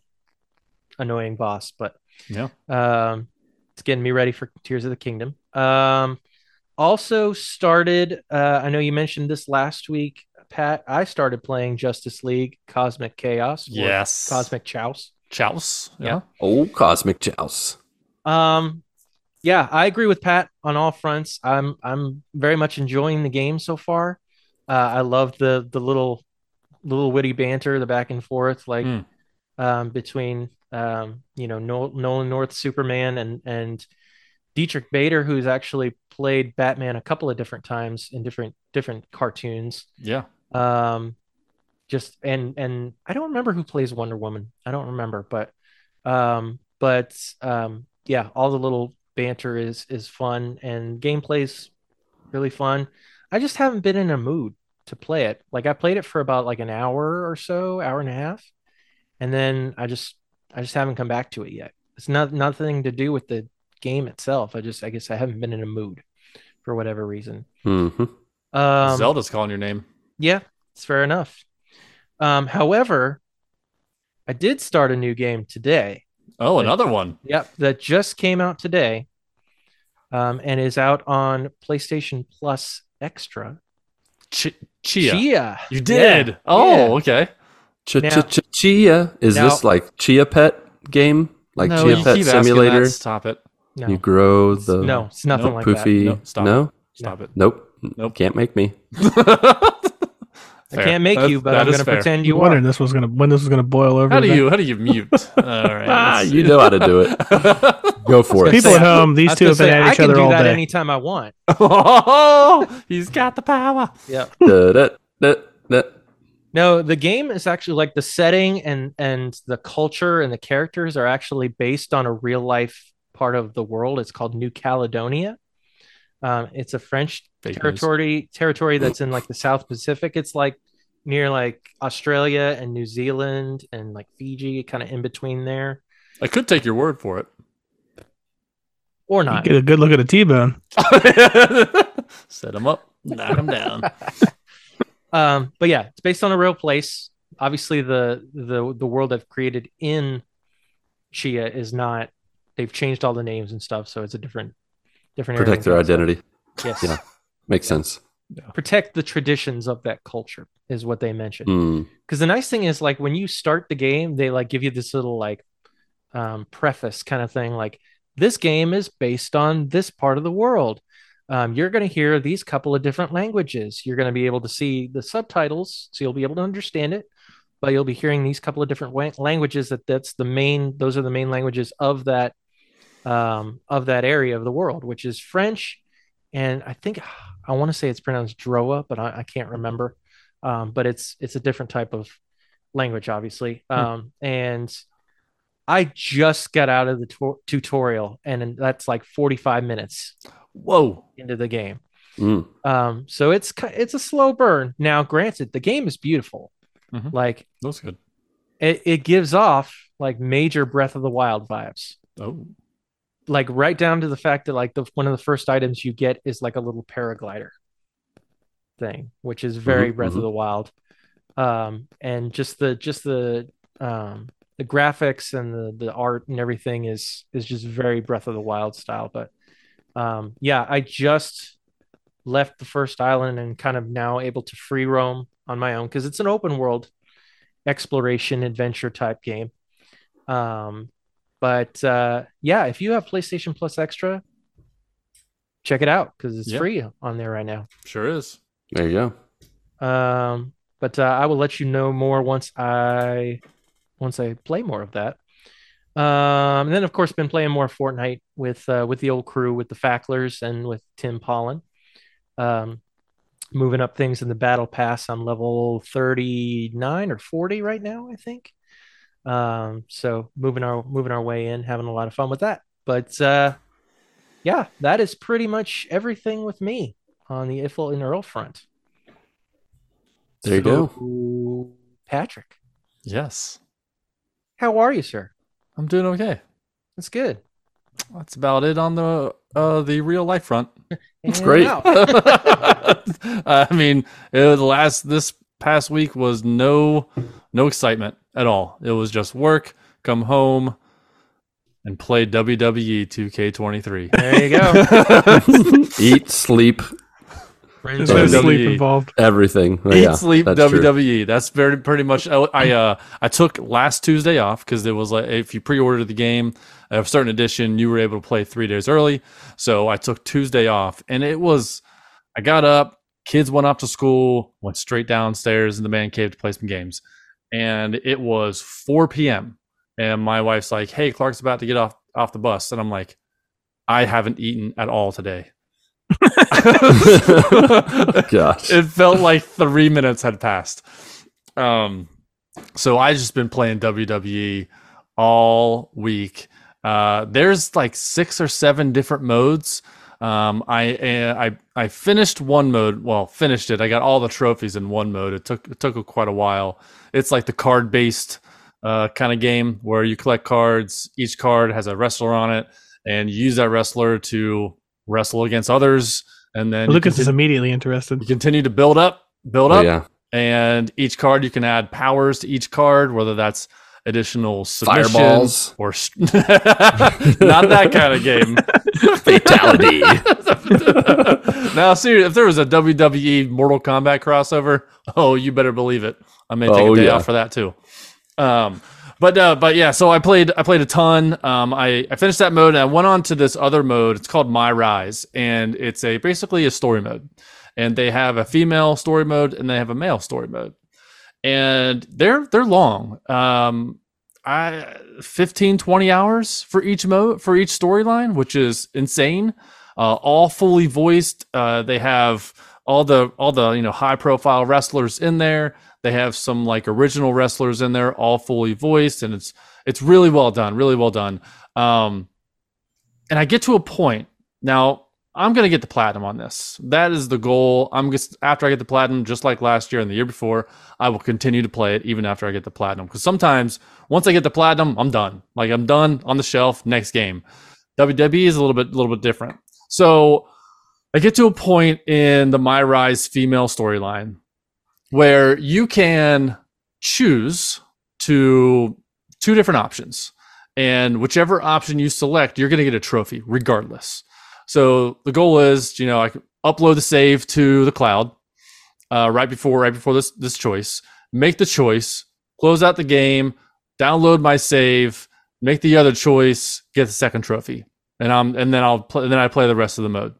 D: annoying boss, but
C: yeah.
D: Um, it's getting me ready for Tears of the Kingdom. Um, also started. Uh, I know you mentioned this last week, Pat. I started playing Justice League Cosmic Chaos. or
C: Yes.
D: Cosmic Chouse.
C: Chouse. Yeah.
D: Yeah.
B: old oh, cosmic chouse.
D: Um, yeah, I agree with Pat on all fronts. I'm I'm very much enjoying the game so far. Uh, I love the the little little witty banter, the back and forth, like
C: Mm.
D: um, between um, you know Nol- Nolan North Superman and and Dietrich Bader, who's actually played Batman a couple of different times in different different cartoons.
C: Yeah.
D: Um, just and and I don't remember who plays Wonder Woman. I don't remember, but um, but um, yeah, all the little banter is is fun and gameplay's really fun. I just haven't been in a mood to play it. Like I played it for about like an hour or so, hour and a half, and then I just I just haven't come back to it yet. It's not nothing to do with the game itself. I just I guess I haven't been in a mood for whatever reason.
B: Mm-hmm.
D: Um,
C: Zelda's calling your name.
D: yeah, it's fair enough. Um, however, I did start a new game today.
C: Oh, another one.
D: Yep, that just came out today, um, and is out on PlayStation Plus Extra.
C: Ch- Chia.
D: Chia.
C: You did. Oh, okay.
D: Now-
B: Chia. Is
D: Now-
B: this like Chia Pet game? Like
D: No,
B: Chia
D: you
B: Pet
C: keep asking
B: Simulator?
C: That. Stop it.
D: No,
B: You grow the
D: no, it's nothing
C: Nope.
D: like that.
B: poofy.
C: No, stop.
B: no?
C: Stop it. <laughs>
B: Nope.
C: Nope.
B: Can't make me.
D: I can't make
C: That-
D: you, but
C: that
D: I'm
C: is
D: going to
C: fair.
D: pretend
E: You
D: you are.
E: wondered this was gonna when this was gonna boil over.
C: How do
E: to that.
C: you how do you mute?
D: <laughs>
C: All right.
B: Ah,
C: let's
B: you
C: see.
B: know how to do
C: <laughs>
B: it. Go for it.
E: People
D: say,
E: at home,
D: I
E: these
D: was
E: two
D: gonna
E: have been
D: say,
E: at
D: I
E: each
D: can
E: other
D: do
E: all
D: that
E: day.
D: anytime I want.
C: Oh, he's got the power.
D: Yeah.
B: Da, da, da, da.
D: No, the game is actually like the setting and and the culture and the characters are actually based on a real life part of the world. It's called New Caledonia. Um, it's a French
C: Fake news.
D: territory territory that's in like the South Pacific. It's like near like Australia and New Zealand and like Fiji, kind of in between there
C: I could take your word for it.
D: or
E: You
D: not.
E: get a good look at
D: <laughs>
E: a T-bone.
C: <laughs> Set him up, knock him down.
D: um but yeah it's based on a real place obviously the the the world i've created in chia is not they've changed all the names and stuff so it's a different different area
B: Protect
D: and
B: their identity.
D: things. yes
B: yeah. Makes sense.
D: protect the traditions of that culture is what they mentioned
B: Mm.
D: because the nice thing is like when you start the game they like give you this little like um, preface kind of thing like this game is based on this part of the world um, you're going to hear these couple of different languages you're going to be able to see the subtitles so you'll be able to understand it but you'll be hearing these couple of different wa- languages that that's the main those are the main languages of that um, of that area of the world which is french and i think <sighs> i want to say it's pronounced droa but i, I can't remember um, but it's it's a different type of language obviously um, and i just got out of the tu- tutorial and that's like 45 minutes
C: Whoa.
D: into the game
B: Mm.
D: um, so it's ki- it's a slow burn now granted the game is beautiful
C: Mhm.
D: like
C: That was good.
D: it, it gives off like major breath of the wild vibes
C: Oh.
D: like right down to the fact that like the one of the first items you get is like a little paraglider thing which is very
B: Mhm,
D: breath
B: mhm.
D: of the wild um and just the just the um the graphics and the the art and everything is is just very breath of the wild style but um yeah i just left the first island and kind of now able to free roam on my own because it's an open world exploration adventure type game um but uh, yeah, if you have PlayStation Plus Extra, check it out because it's
C: Yeah.
D: free on there right now.
C: Sure is.
B: There you go.
D: Um, but uh, I will let you know more once I once I play more of that. Um, and then of course been playing more Fortnite with uh, with the old crew, with the Facklers and with Tim Pollen. Um, moving up things in the battle pass. I'm level 39 or 40 right now, I think. Um, so moving our moving our way in, having a lot of fun with that. But uh, yeah, that is pretty much everything with me on the Ifl and Earl front.
B: There you go.
D: go. Patrick,
C: Yes.
D: how are you, sir?
C: I'm doing okay.
D: That's good.
C: That's about it on the uh the real life front. <laughs>
D: That's
B: great.
C: I mean, it was the last this past week was no no excitement at all. It was just work, come home, and play E WWE 2K23.
D: There you go.
B: Eat, sleep,
E: There's no
B: WWE.
E: sleep involved.
B: everything. Well,
C: Eat,
B: yeah,
C: sleep,
B: that's true.
C: WWE. That's very pretty much. I I, uh, I took last Tuesday off because it was like if you pre-ordered the game of a certain edition, you were able to play three days early. So I took Tuesday off, and it was. I got up, kids went off to school, went straight downstairs in the man cave to play some games, and it was 4 p.m. And my wife's like, "Hey, Clark's about to get off off the bus," and I'm like, "I haven't eaten at all
B: <laughs>
C: today." <laughs>
B: Gosh.
C: it felt like three minutes had passed. Um, so I just been playing E WWE all week. Uh, there's like six or seven different modes. Um, I uh, I I finished one mode. Well, finished it. I got all the trophies in one mode. It took it took quite a while. It's like the card based uh, kind of game where you collect cards. Each card has a wrestler on it, and you use that wrestler to wrestle against others. And then you
E: Lucas is
C: conti-
E: immediately interested.
C: you continue to build up, build
B: Oh,
C: up,
B: yeah.
C: and each card you can add powers to each card, whether that's additional submissions
B: Fireballs.
C: or s- <laughs> not that kind of game. <laughs>
B: Fatality.
C: now, seriously, if there was a WWE Mortal Kombat crossover, oh, you better believe it. I may take
B: Oh,
C: a day
B: yeah.
C: off for that too. Um, but uh, but yeah, so I played I played a ton. Um, I I finished that mode and I went on to this other mode. It's called My Rise, and it's a basically a story mode. And they have a female story mode and they have a male story mode, and they're they're long. Um, I 15 20 hours for each mode for each storyline, which is insane uh, all fully voiced. Uh, they have all the all the you know high profile wrestlers in there. They have some like original wrestlers in there, all fully voiced, and it's it's really well done, really well done. Um, and I get to a point now. I'm gonna get the platinum on this. That is the goal. I'm just after I get the platinum, just like last year and the year before, I will continue to play it even after I get the platinum. Because sometimes once I get the platinum, I'm done. Like I'm done on the shelf. Next game. WWE is a little bit a little bit different. So I get to a point in the My Rise female storyline where you can choose to two different options. And whichever option you select, you're going to get a trophy regardless. So the goal is, you know, I can upload the save to the cloud uh, right before right before this this choice, make the choice, close out the game, download my save, make the other choice, get the second trophy and I'm and then I'll play, then I play the rest of the mode.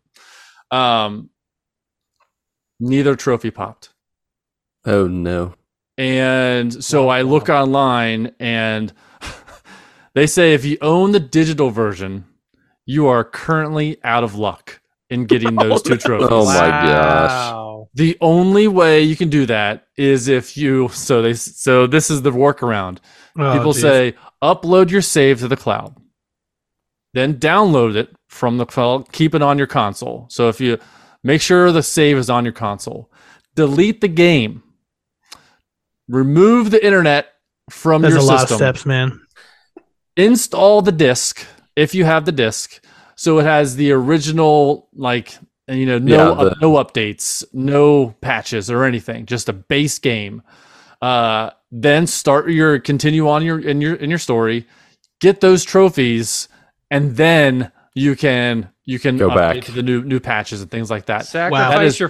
C: Um, neither trophy popped,
B: oh no.
C: and so I look online, and <laughs> they say if you own the digital version, you are currently out of luck in getting those two trophies.
B: Oh my gosh.
D: Wow.
C: The only way you can do that is if you so they so this is the workaround.
E: Oh,
C: People
E: geez.
C: say upload your save to the cloud, then download it from the cloud. Keep it on your console. So if you make sure the save is on your console, delete the game, remove the internet from
E: there's a
C: your
E: lot
C: system,
E: of steps, man.
C: install the disk if you have the disk, so it has the original like and, you know no
B: Yeah, the-
C: no updates, no patches or anything, just a base game. Uh, then start your continue on your in your in your story, get those trophies, and then you can you can
B: Go
C: update
B: back.
C: to the new new patches and things like that.
D: Sacrifice
C: That is-
D: your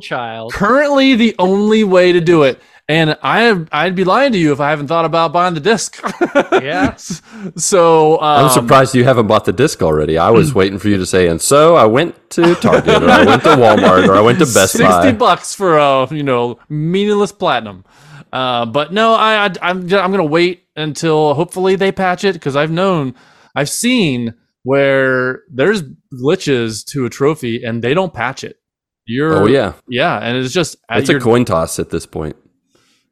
C: <laughs>
D: child.
C: Currently, the only way to do it, and I I'd be lying to you if I haven't thought about buying the disc. <laughs>
D: Yeah.
C: So um,
B: I'm surprised you haven't bought the disc already. I
C: <clears throat>
B: was waiting for you to say, and so I went to Target or I went to Walmart or I
C: <laughs>
B: went to Best
C: sixty
B: Buy.
C: bucks for a you know meaningless platinum. Uh, but no, I, I I'm ju- I'm gonna wait until hopefully they patch it because I've known I've seen where there's glitches to a trophy and they don't patch it. You're
B: Oh yeah,
C: yeah, and it's just
B: it's
C: you're-
B: a coin toss at this point.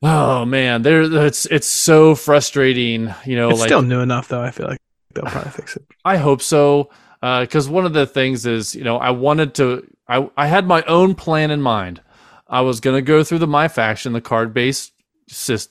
C: oh man, there it's it's so frustrating. You know,
E: It's
C: like
E: still new enough, though. I feel like they'll probably fix it.
C: I hope so. Because one of the things is, you know, I wanted to, I, I had my own plan in mind. I was going to go through the My Faction, the card based,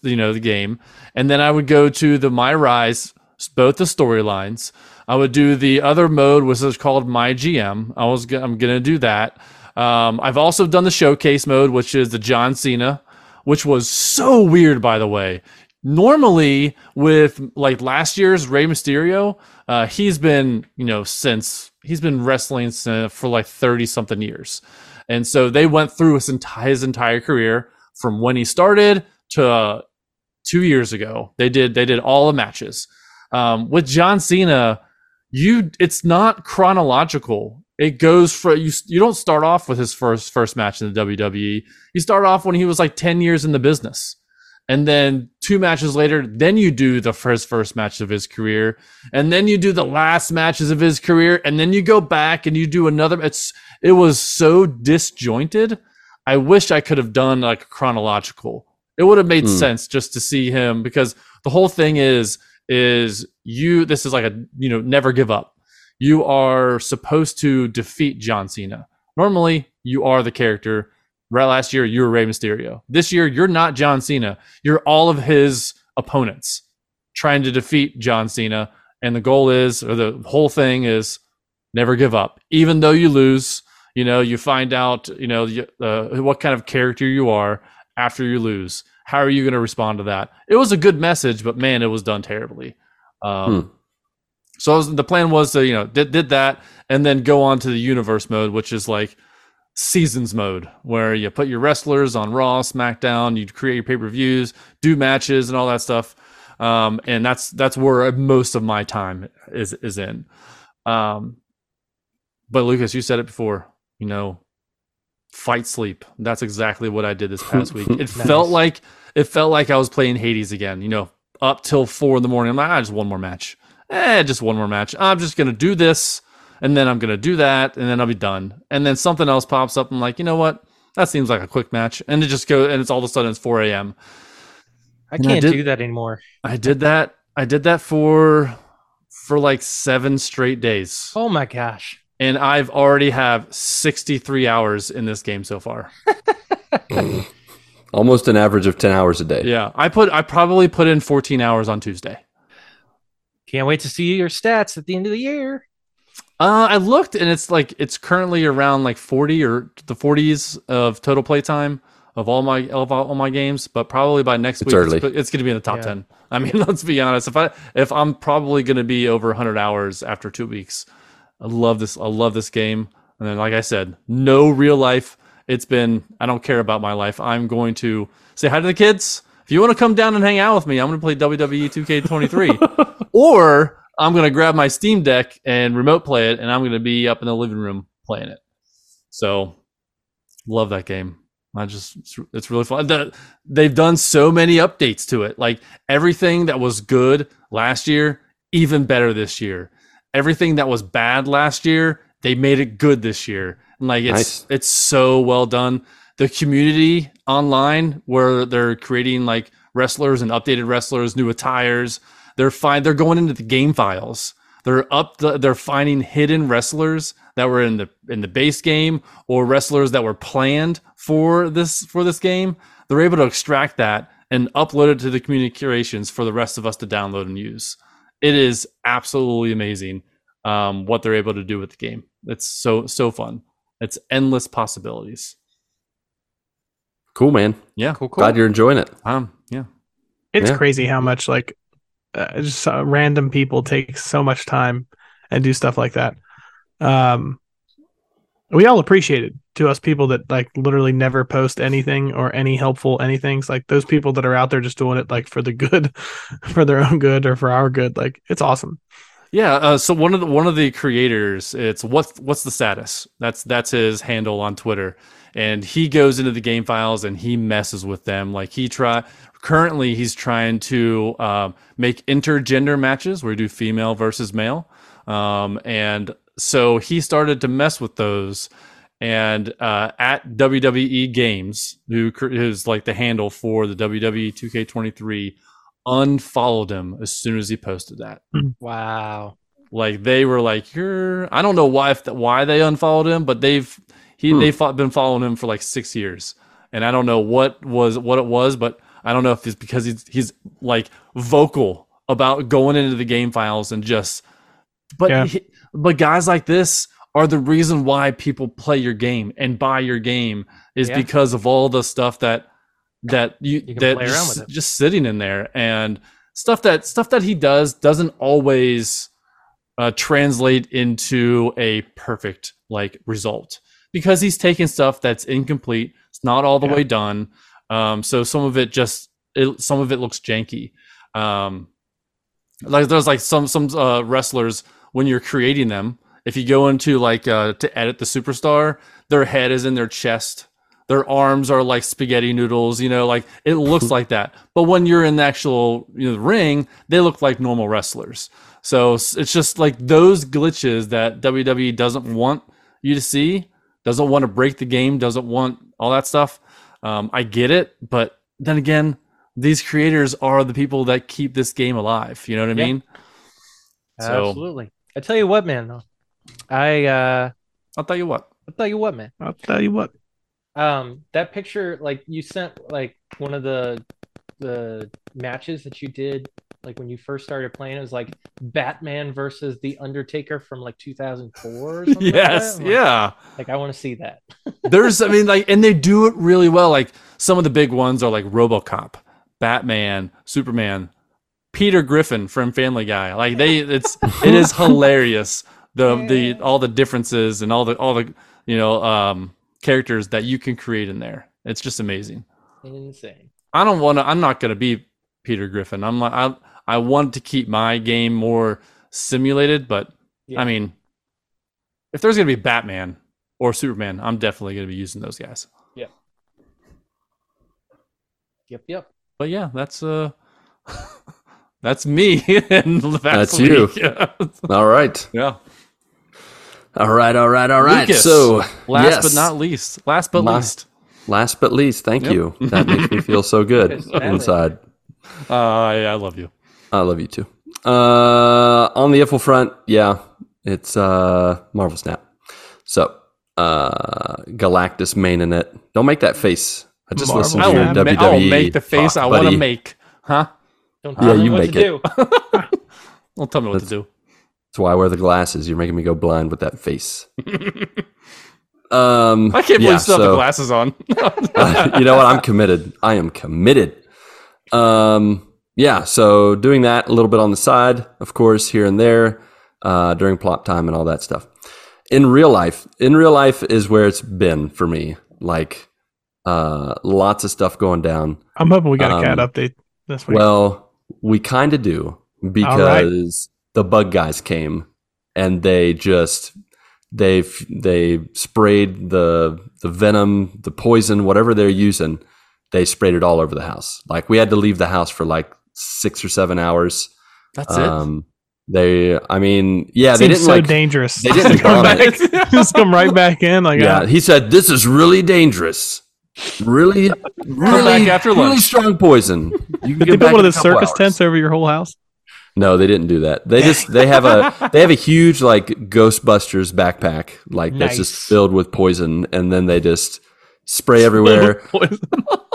C: you know, the game. And then I would go to the My Rise, s- both the storylines. I would do the other mode, which is called My GM. I was, go- I'm going to do that. Um, I've also done the showcase mode, which is the John Cena, which was so weird, by the way. Normally, with like last year's Rey Mysterio, uh, he's been, you know, since he's been wrestling since, for like 30 something years. And so they went through his entire, his entire career from when he started to uh, two years ago. They did, they did all the matches. Um, with John Cena, you, it's not chronological. It goes for you. You don't start off with his first first match in the WWE. You start off when he was like ten years in the business, and then two matches later, then you do the first first match of his career, and then you do the last matches of his career, and then you go back and you do another. It's it was so disjointed. I wish I could have done like chronological. It would have made
B: Hmm.
C: sense just to see him because the whole thing is is you. This is like a you know never give up. you are supposed to defeat John Cena. Normally, you are the character. Right last year, you were Rey Mysterio. This year, you're not John Cena. You're all of his opponents trying to defeat John Cena. And the goal is, or the whole thing is, never give up. Even though you lose, you know, you find out, you know, you- uh, what kind of character you are after you lose. How are you going to respond to that? It was a good message, but man, it was done terribly. Um,
B: Hmm.
C: So I was, the plan was to, you know, did, did that and then go on to the universe mode, which is like seasons mode, where you put your wrestlers on Raw, SmackDown, you create your pay per views, do matches, and all that stuff. Um, and that's that's where most of my time is is in. Um, but Lucas, you said it before, you know, fight sleep. That's exactly what I did this past week. It felt like it felt like I was playing Hades again, you know, up till four in the morning. I'm like, ah, just one more match. Eh, just one more match. I'm just gonna do this and then I'm gonna do that and then I'll be done. And then something else pops up. I'm like, you know what? That seems like a quick match. And it just goes and it's all of a sudden it's four AM.
D: I
C: And I
D: can't
C: did-
D: do that anymore.
C: I did that. I did that for for like seven straight days.
D: Oh my gosh.
C: and I've already have 63 hours in this game so far.
B: Almost an average of 10 hours a day.
C: Yeah, I put I probably put in 14 hours on Tuesday.
D: Can't wait to see your stats at the end of the year.
C: Uh, I looked and it's like it's currently around like 40 or the 40s of total playtime of all my of all, all my games, but probably by next
B: It's
C: week
B: early.
C: it's, it's going to be in the top
D: Yeah.
C: 10. I mean, <laughs> let's be honest. If I if I'm probably going to be over 100 hours after 2 weeks. I love this I love this game. And then like I said, no real life. It's been I don't care about my life. I'm going to say hi to the kids. If you want to come down and hang out with me, I'm going to play E
B: <laughs>
C: WWE 2K23. or I'm going to grab my Steam Deck and remote play it, and I'm going to be up in the living room playing it. So, love that game. I just, it's- it's really fun. The, they've done so many updates to it. Like everything that was good last year, even better this year. Everything that was bad last year, they made it good this year. And like it's
B: Nice.
C: it's so well done. The community online where they're creating like wrestlers and updated wrestlers, new attires. They're fine. They're going into the game files. They're up. The, they're finding hidden wrestlers that were in the in the base game or wrestlers that were planned for this for this game. They're able to extract that and upload it to the community curations for the rest of us to download and use. It is absolutely amazing um, what they're able to do with the game. It's so so fun. It's endless possibilities.
B: Cool, man.
C: Yeah.
D: Cool, cool.
B: Glad you're enjoying it.
C: Um. Yeah.
E: It's
B: Yeah.
E: crazy how much like uh, just uh, random people take so much time and do stuff like that. Um, we all appreciate it to us people that like literally never post anything or any helpful anything's like those people that are out there just doing it like for the good, <laughs> for their own good or for our good. Like it's awesome.
C: Yeah, uh, so one of the one of the creators, it's what's what's the status? That's that's his handle on Twitter, and he goes into the game files and he messes with them. Like he try currently he's trying to um, make intergender matches where you do female versus male, um, and so he started to mess with those. And uh, at WWE Games, who cr- is like the handle for the E WWE 2K23, unfollowed him as soon as he posted that
D: Wow.
C: like they were like you're i don't know why if why they unfollowed him but they've he
B: Hmm.
C: they've fo- been following him for like six years and i don't know what was what it was but i don't know if it's because he's he's like vocal about going into the game files and just but
E: Yeah.
C: he- but guys like this are the reason why people play your game and buy your game is
D: Yeah.
C: because of all the stuff that that you,
D: can
C: that
D: play around
C: just,
D: with it.
C: just sitting in there and stuff that stuff that he does doesn't always uh, translate into a perfect like result because he's taking stuff that's incomplete it's not all the
E: Yeah.
C: way done um, so some of it just it, some of it looks janky um, like there's like some some uh, wrestlers when you're creating them if you go into like uh, to edit the superstar their head is in their chest their arms are like spaghetti noodles you know like it looks like that but when you're in the actual you know the ring they look like normal wrestlers so s- it's just like those glitches that wwe doesn't want you to see doesn't want to break the game doesn't want all that stuff um, i get it but then again these creators are the people that keep this game alive you know what i
D: Yeah.
C: mean So-
D: Absolutely. I tell you what, man, though, I uh
C: I'll tell you what.
D: I'll tell you what, man.
E: I'll tell you what.
D: Um that picture like you sent like one of the the matches that you did like when you first started playing it was like Batman versus the Undertaker from like 2004 or something. like
C: Yes,
D: that. I'm like,
C: yeah.
D: Like I want to see that.
C: There's, I mean, like, and they do it really well. Like, some of the big ones are like RoboCop, Batman, Superman, Peter Griffin from Family Guy. Like, they, it's, it is hilarious. The the all the differences and all the all the you know um, characters that you can create in there. It's just amazing.
D: Insane.
C: I don't want to. I'm not going to be Peter Griffin. I'm like I. I want to keep my game more simulated, but
D: Yeah.
C: I mean, if there's going to be Batman or Superman, I'm definitely going to be using those guys.
D: Yep, yep.
C: But yeah, that's uh, <laughs> that's me. <laughs> and
B: That's you.
C: <laughs> Yeah.
B: All right.
C: yeah.
B: All right. All right. All right.
C: Lucas,
B: so
C: Last
B: yes.
C: but not least. Last but
B: My-
C: least.
B: Last but least, thank
C: Yep.
B: you. That makes me feel
C: <laughs>
B: so good
D: Exactly.
B: inside.
C: Uh, yeah, I love you.
B: I love you too. Uh, on the Iffle front, yeah, it's uh, Marvel Snap. So, uh, Galactus maining it. Don't make that face. I just
E: Marvel
B: listened
C: I
B: to
C: will,
B: your
E: Snap.
C: ma-
B: WWE.
C: I will make the face
B: talk,
C: I want
B: E buddy.
C: to make. Huh?
D: Don't
B: Yeah,
D: tell me
B: you
D: what
B: make
D: to
B: it.
D: do.
C: Don't tell me what to do.
B: That's why I wear the glasses. You're making me go blind with that
C: <laughs>
B: face. um,
C: I can't believe
B: yeah,
C: you still have the
B: so-
C: glasses on.
B: <laughs>
C: <laughs>
B: you know what? I'm committed. I am committed. Um, yeah. So doing that a little bit on the side, of course, here and there uh, during plop time and all that stuff. In real life, in real life is where it's been for me. Like uh, lots of stuff going down.
E: I'm hoping we got a cat
B: Um,
E: update this week.
B: Well, we kind of do because the bug guys came and they just they f- they sprayed the the venom, the poison, whatever they're using. They sprayed it all over the house. Like we had to leave the house for like six or seven hours. Um,
C: That's
B: uh, They, I mean, yeah, they
E: Seems
B: didn't
E: so
B: like.
E: dangerous.
B: they
E: <laughs>
B: didn't
E: come
B: vomit.
E: back.
C: it.
E: Just come right back in. Like,
B: yeah,
E: uh,
B: he said this is really dangerous. Really, really,
C: back after
B: really
C: lunch."
B: strong poison. You can
E: did
B: get
E: they
B: back
E: build
B: in
E: one of
B: a
E: those
B: couple
E: circus
B: hours.
E: tents over your whole house?
B: No, they didn't do that. They just they have a they have a huge like Ghostbusters backpack like that's
D: Nice.
B: just filled with poison, and then they just spray everywhere.
E: Poison.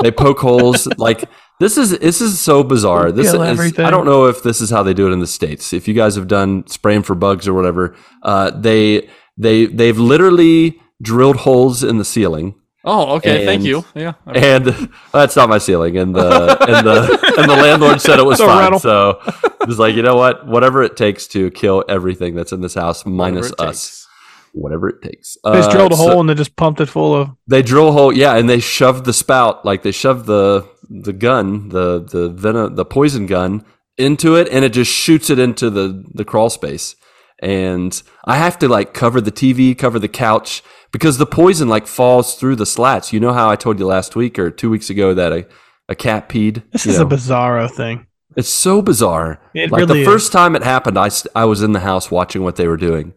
B: they poke holes. Like this is this is so bizarre. This
E: Kill
B: is
E: everything.
B: I don't know if this is how they do it in the states. If you guys have done spraying for bugs or whatever, uh, they they they've literally drilled holes in the ceiling
C: Oh, okay. thank
B: And-
C: you. Yeah. I-
B: and that's not my ceiling. And the and the and the landlord said it was
E: <laughs> The
B: fine.
E: rental.
B: So it was like, you know what? Whatever it takes to kill everything that's in this house, minus
C: whatever it
B: us,
C: takes.
B: whatever it takes.
E: They just
B: Uh,
E: drilled a
B: so
E: hole and they just pumped it full of.
B: They drill a hole, yeah, and they shoved the spout, like they shoved the the gun, the the venom, the poison gun into it, and it just shoots it into the the crawl space. And I have to like cover the TV, cover the couch because the poison like falls through the slats. You know how I told you last week or two weeks ago that a, a cat peed.
E: This
B: You
E: is
B: know?
E: a bizarro thing.
B: It's so bizarre.
E: It
B: like
E: really
B: the first time it happened, I, s- I was in the house watching what they were doing,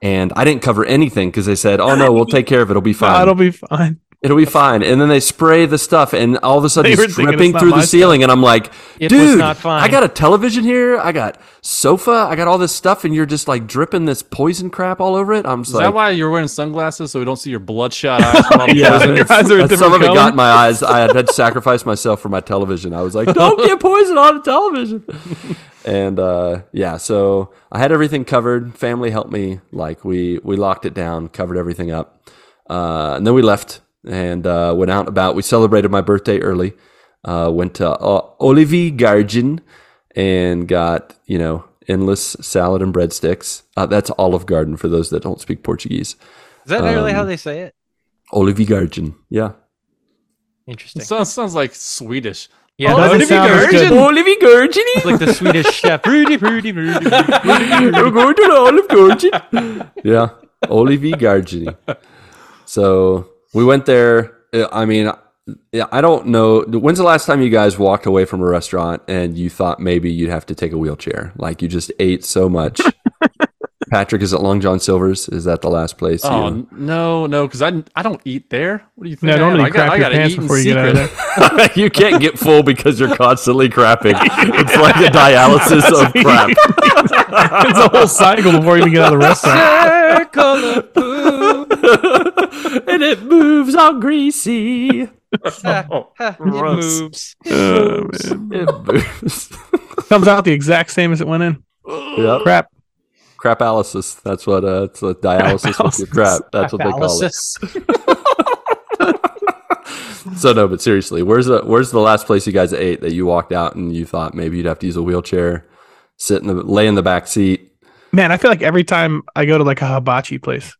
B: and I didn't cover anything because they said, "Oh no, we'll take care of it. It'll
E: <laughs>
B: be fine.
E: That'll be fine.
B: It'll be fine." And then they spray the stuff, and all of a sudden
E: They were
B: it's
E: thinking
B: dripping
E: it's not
B: through
E: my
B: the
E: stuff.
B: ceiling, and I'm like,
D: It was
B: "Dude,
D: not fine."
B: I got a television here. I got sofa. I got all this stuff, and you're just like dripping this poison crap all over it." I'm just
C: Is
B: like,
C: that why you're wearing sunglasses so we don't see
B: <laughs>
C: your bloodshot eyes? from all the
B: Yeah, <laughs>
C: poison?
E: <laughs> Your eyes are a
B: That's- some
E: different
B: of it
E: color. <laughs>
B: got in my eyes. I had, had to sacrifice myself for my television. I was like, don't get poison on the television. <laughs> and uh, yeah, so I had everything covered. Family helped me. Like we we locked it down, covered everything up, uh, and then we left and uh, went out and about. We celebrated my birthday early. Uh, went to uh, Olivi Garden and got you know endless salad and breadsticks. Uh, that's Olive Garden for those that don't speak Portuguese.
D: Is that really
B: Um,
D: how they say it?
B: Olivi Garden, yeah.
D: Interesting.
C: sounds, sounds like Swedish.
D: yeah,
E: Oh,
D: that's
E: Olivier sound as Gergen. good.
B: Olivier Gergen.
D: like the Swedish <laughs> chef. Rudy,
C: <laughs>
D: Rudy, Rudy, Rudy.
B: We're going to the Olive Garden. Yeah, Olivier Garden. So we went there. Uh, I mean, yeah, I don't know. When's the last time you guys walked away from a restaurant and you thought maybe you'd have to take a wheelchair? Like you just ate so much. Patrick, is it Long John Silver's? Is that the last place? <laughs>
C: Oh
B: you-
C: no, no, because I, I don't eat there. What do you think?
E: No,
C: I
E: don't
C: am? I
E: even
C: got-
E: crap
C: I
E: your
C: gotta
E: pants
C: eat in
E: before you get out of
C: secret.
E: there. <laughs>
B: you can't get full because you're constantly crapping. It's like <laughs> a dialysis of crap.
C: <laughs>
E: it's a whole cycle before you even get out of the restaurant.
D: <laughs> Circle of poo.
B: and it moves all greasy.
D: Ha, it
E: Gross.
D: moves.
B: Oh, man. It moves.
E: Comes out the exact same as it went in.
B: yep.
E: Crap.
B: Crapalysis. That's what uh it's a dialysis with your crap. That's what they call it.
D: Analysis.
B: So no, but seriously, where's the where's the last place you guys ate that you walked out and you thought maybe you'd have to use a wheelchair, sit in the lay in the back seat.
E: Man, I feel like every time I go to like a hibachi place,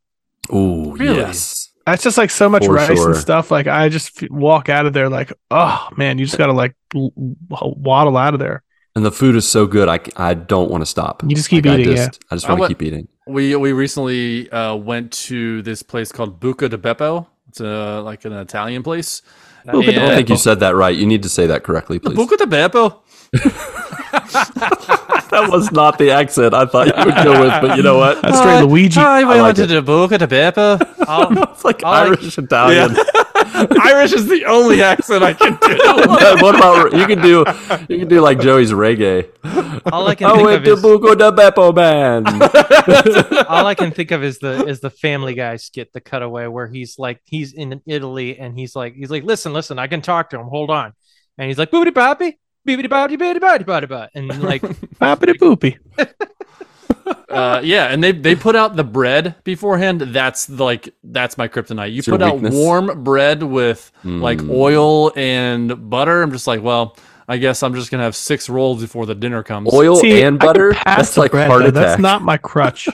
B: Ooh,
C: Really?
B: yes.
E: that's just like so much
B: For
E: rice
B: sure.
E: and stuff. Like I just f- walk out of there like, oh man, you just gotta like l- l- waddle out of there.
B: And the food is so good, I, c- I don't want to stop.
E: You just keep
B: Like,
E: eating,
B: I
E: yeah.
B: just, I just
C: I
B: want to
C: went-
B: keep eating.
C: We we recently uh, went to this place called Buca di Beppo. It's a, like an Italian place.
B: Ooh, I don't
C: Yeah.
B: think you said that right. You need to say that correctly, please.
C: Buca di Beppo.
B: that was not the accent I thought you would go with, but you know <laughs> what?
E: That's straight Luigi.
C: Hi, we
B: like
C: went to
B: it.
C: the Buca di Beppo.
D: <laughs>
B: it's like
C: I like-
B: <laughs> Irish Italian.
C: Irish is the only accent I can
E: <laughs>
C: do.
B: <laughs> what about you can do you can do like Joey's reggae.
D: All I can
B: I
D: think
B: went
D: of
B: to
D: is
B: Buco de Beppo man.
D: all I can think of is the is the Family Guy skit, the cutaway where he's like he's in Italy and he's like he's like listen, listen, I can talk to him. Hold on, and he's like boobity boppy, beebity boppy, beebity boppity boppity bop, and <laughs> like
E: Poppity poopy.
C: Uh, yeah, and they they put out the bread beforehand. That's like that's my kryptonite. You
B: your
C: put out
B: weakness.
C: warm bread with
B: Mm.
C: like oil and butter. I'm just like, well, I guess I'm just gonna have six rolls before the dinner comes.
B: Oil
E: See, I
B: and
E: can
B: butter.
E: pass
B: That's
E: the
B: like
E: bread,
B: heart
E: though.
B: attack.
E: That's not my crutch.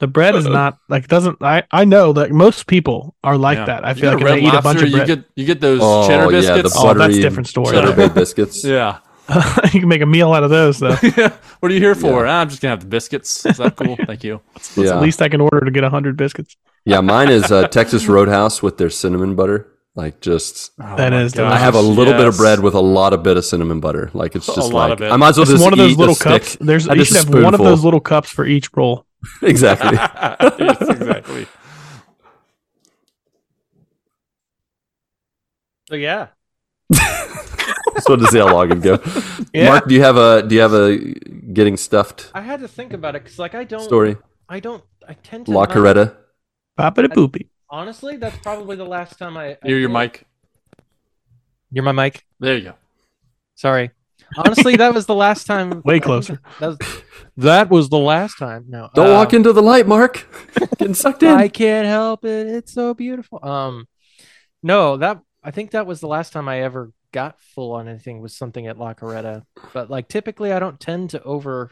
E: the bread is not like doesn't. I I know that most people are like
C: Yeah.
E: that. I
C: You
E: feel
C: get
E: like if they eat a bunch of
C: you
E: bread.
C: get you get those
B: Oh, yeah,
C: cheddar
B: the
C: biscuits.
E: oh, that's
B: buttery
E: a different story.
B: cheddar <laughs> baked biscuits.
C: yeah. <laughs>
E: <laughs> you can make a meal out of those though.
C: what are you here for? "Ah, I'm just gonna have the biscuits. Is that cool? Thank you.
B: <laughs>
E: That's
B: Yeah.
E: the least I can order to get hundred biscuits.
B: Yeah, mine is uh, Texas Roadhouse with their cinnamon butter. Like just
E: That
C: my
E: is
C: gosh,
B: I have a little bit of
C: yes. <laughs>
B: bread with a lot of bit of cinnamon butter. Like it's
C: A
B: just
C: lot
B: like
C: of it.
B: I might as well
E: It's
B: just
E: one of those
B: eat a
E: little
B: stick.
E: cups. There's
B: And
E: you
B: just
E: should
B: a
E: have one of
B: spoonful.
E: those little cups for each roll.
B: <laughs>
C: <laughs>
B: Exactly.
C: Yes, exactly.
D: so yeah,
B: Just wanted to see how long it'd go.
E: Yeah.
B: Mark, do you have a do you have a getting stuffed
D: I had to think about it because like I don't
B: story?
D: I don't I tend to
B: La
D: not-
B: Coretta.
E: Poppity poopy.
D: Honestly, that's probably the last time I, I
C: Near your
D: did.
C: mic.
D: You're my mic.
C: There you go.
D: Sorry. Honestly, that was the last time.
E: Way closer.
D: <laughs> That was, that was the last time. No,
B: Don't
D: uh,
B: walk into the light, Mark. Getting sucked in.
D: I can't help it. It's so beautiful. Um, no, that I think that was the last time I ever got full on anything was something at La Coretta. But like typically, I don't tend to over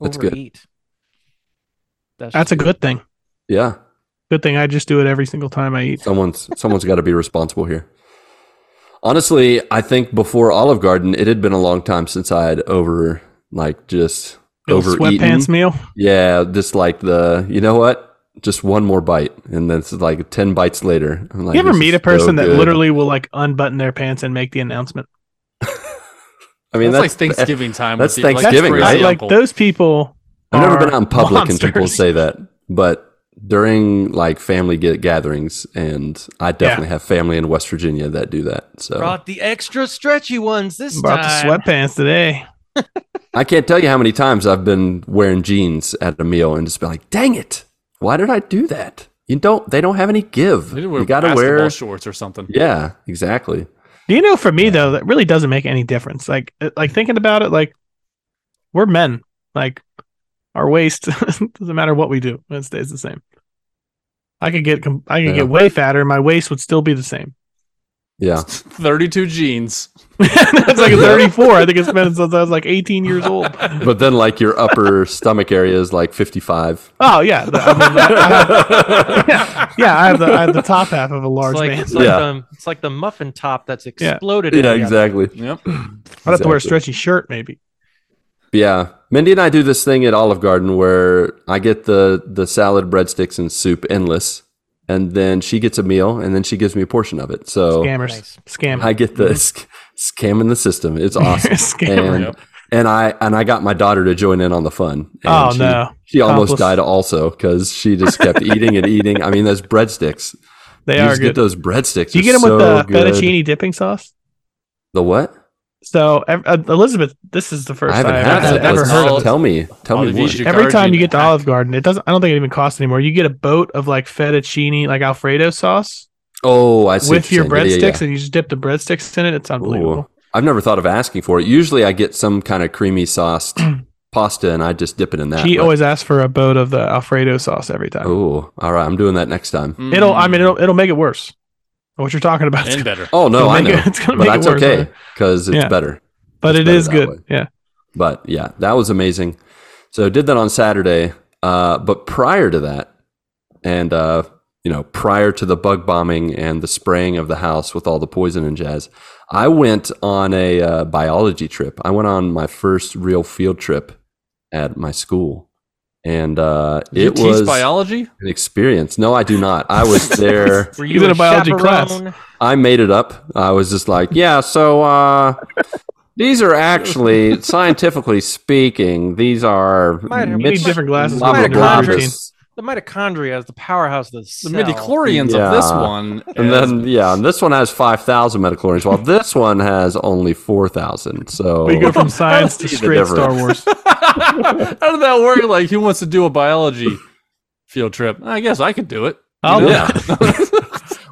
B: That's good.
D: overeat.
E: That's a
D: just-
E: good thing.
B: yeah.
E: Good thing I just do it every single time I eat.
B: Someone's someone's got to be responsible here. Honestly, I think before Olive Garden, it had been a long time since I had over like just
E: Little
B: overeaten.
E: sweatpants meal.
B: Yeah, just like the you know what? Just one more bite, and then it's like ten bites later. I'm like,
E: you ever
B: this
E: meet
B: is
E: a person
B: so
E: that
B: good.
E: literally will like unbutton their pants and make the announcement?
B: I mean,
C: that's,
B: that's, <laughs>
C: like Thanksgiving time.
B: that's
C: with the- like,
B: Thanksgiving,
C: crazy
E: I-
B: right?
E: like
C: uncle.
E: those people.
B: I've never been
E: are
B: out in public and people
E: monsters.
B: say that, but during like family get gatherings, and I definitely have family in West Virginia that do that. So
D: Brought the extra stretchy ones this
E: Brought the
D: time.
E: sweatpants today.
B: I can't tell you how many times I've been wearing jeans at a meal and just been like, "Dang it, why did I do that?" You don't. They don't have any give.
C: They didn't wear
B: You got to
C: basketball
B: wear.
C: shorts or something.
B: Yeah, exactly.
E: Do you know for me though that really doesn't make any difference. Like uh, like thinking about it like we're men. Like our waist <laughs> doesn't matter what we do. It stays the same. I could get com- I could
B: Yeah.
E: get way fatter and my waist would still be the same. <laughs>
C: <laughs>
B: Yeah.
C: 32 jeans.
E: it's like 34. I think it's been since I was like 18 years old.
B: but then like your upper stomach area is like
C: <laughs>
B: 55
E: Oh yeah, the- I mean, <laughs> yeah, yeah, I have the I have the top half of a large
D: It's like,
E: man.
D: it's, like
B: Yeah.
D: the, it's like the muffin top that's
E: Yeah.
D: exploded.
B: yeah
D: in the oven.
B: exactly
C: Yep.
E: I'd have to wear a
B: Exactly.
E: stretchy shirt maybe.
B: yeah mindy and i do this thing at olive garden where i get the the salad breadsticks and soup endless and then she gets a meal and then she gives me a portion of it so
E: Scammers,
D: Nice.
E: scam.
B: i get
C: Mm-hmm.
B: the sc- scam in the system it's awesome
E: <laughs> Scammer.
B: and,
C: Yep.
B: and i and i got my daughter to join in on the fun and
E: Oh,
B: she,
E: no.
B: she almost
E: Accomplice.
B: died also because she just
E: <laughs>
B: kept eating and eating i mean those breadsticks
E: They
B: you
E: are
B: just
E: good.
B: get those breadsticks
E: Do you get them
B: They're
E: with
B: so
E: the
B: good.
E: fettuccine dipping sauce?
B: the what
E: So ev- uh, Elizabeth, this is the first
B: I
E: I've
B: haven't had
C: I've
B: that.
E: ever
B: Let's-
E: heard of.
C: all-
E: it.
B: Tell me, tell me
C: Olive
B: more.
C: Garden
E: Every time you get to
C: hack.
E: Olive Garden, it doesn't. I don't think it even costs anymore. You get a boat of like fettuccine, like Alfredo sauce,
B: Oh, I see.
E: with
B: what you're
E: your breadsticks,
B: saying. Yeah, yeah, yeah.
E: and you just dip the breadsticks in it. It's unbelievable.
B: Ooh. I've never thought of asking for it. Usually, I get some kind of creamy
E: <clears throat>
B: sauced pasta, and I just dip it in that.
E: She
B: but-
E: always asks for a boat of the Alfredo sauce every time.
B: Oh, all right. I'm doing that next time.
E: It'll. I
C: Mm,
E: mean, it'll. It'll make it worse. What you're talking about?
C: Mm-hmm. and better.
B: Oh no,
E: It'll
B: I
E: make
B: know,
E: it- <laughs> it's
B: but
E: gonna make it
B: that's
E: worse,
B: okay
E: right?
B: because it's
E: Yeah.
B: better.
E: but
B: It's
E: it
B: better
E: is
B: that
E: good.
B: way.
E: Yeah.
B: But yeah, that was amazing. So did that on Saturday. Uh, but prior to that, and uh, you know, prior to the bug bombing and the spraying of the house with all the poison and jazz, I went on a uh, biology trip. I went on my first real field trip at my school, and uh,
C: Did you
B: it
C: teach
B: was
C: biology.
B: an experience. No, I do not. I was
C: <laughs>
B: there.
D: Were
E: He's in a biology class.
D: chaperone?
B: I made it up. I was just like, yeah, so uh, these are actually, scientifically speaking, these are
D: Might have-
E: You need
D: Mitch-
E: different glasses.
D: Lava
E: for your
D: Globus.
E: routine.
B: globulus.
D: The mitochondria is the powerhouse of the
C: The
D: cell.
C: midichlorians of this
B: Yeah.
C: one.
B: And
C: is-
B: then, yeah, and this one has 5,000 metachlorines, while this one has only 4,000. So,
E: We go
B: <laughs>
E: from science
B: see
E: to
B: the
E: straight Star
B: difference.
E: Wars.
C: <laughs> How did that work? Like, who wants to do a biology field trip? I guess I could
B: <laughs>
C: do it.
E: I'll,
B: yeah. <laughs>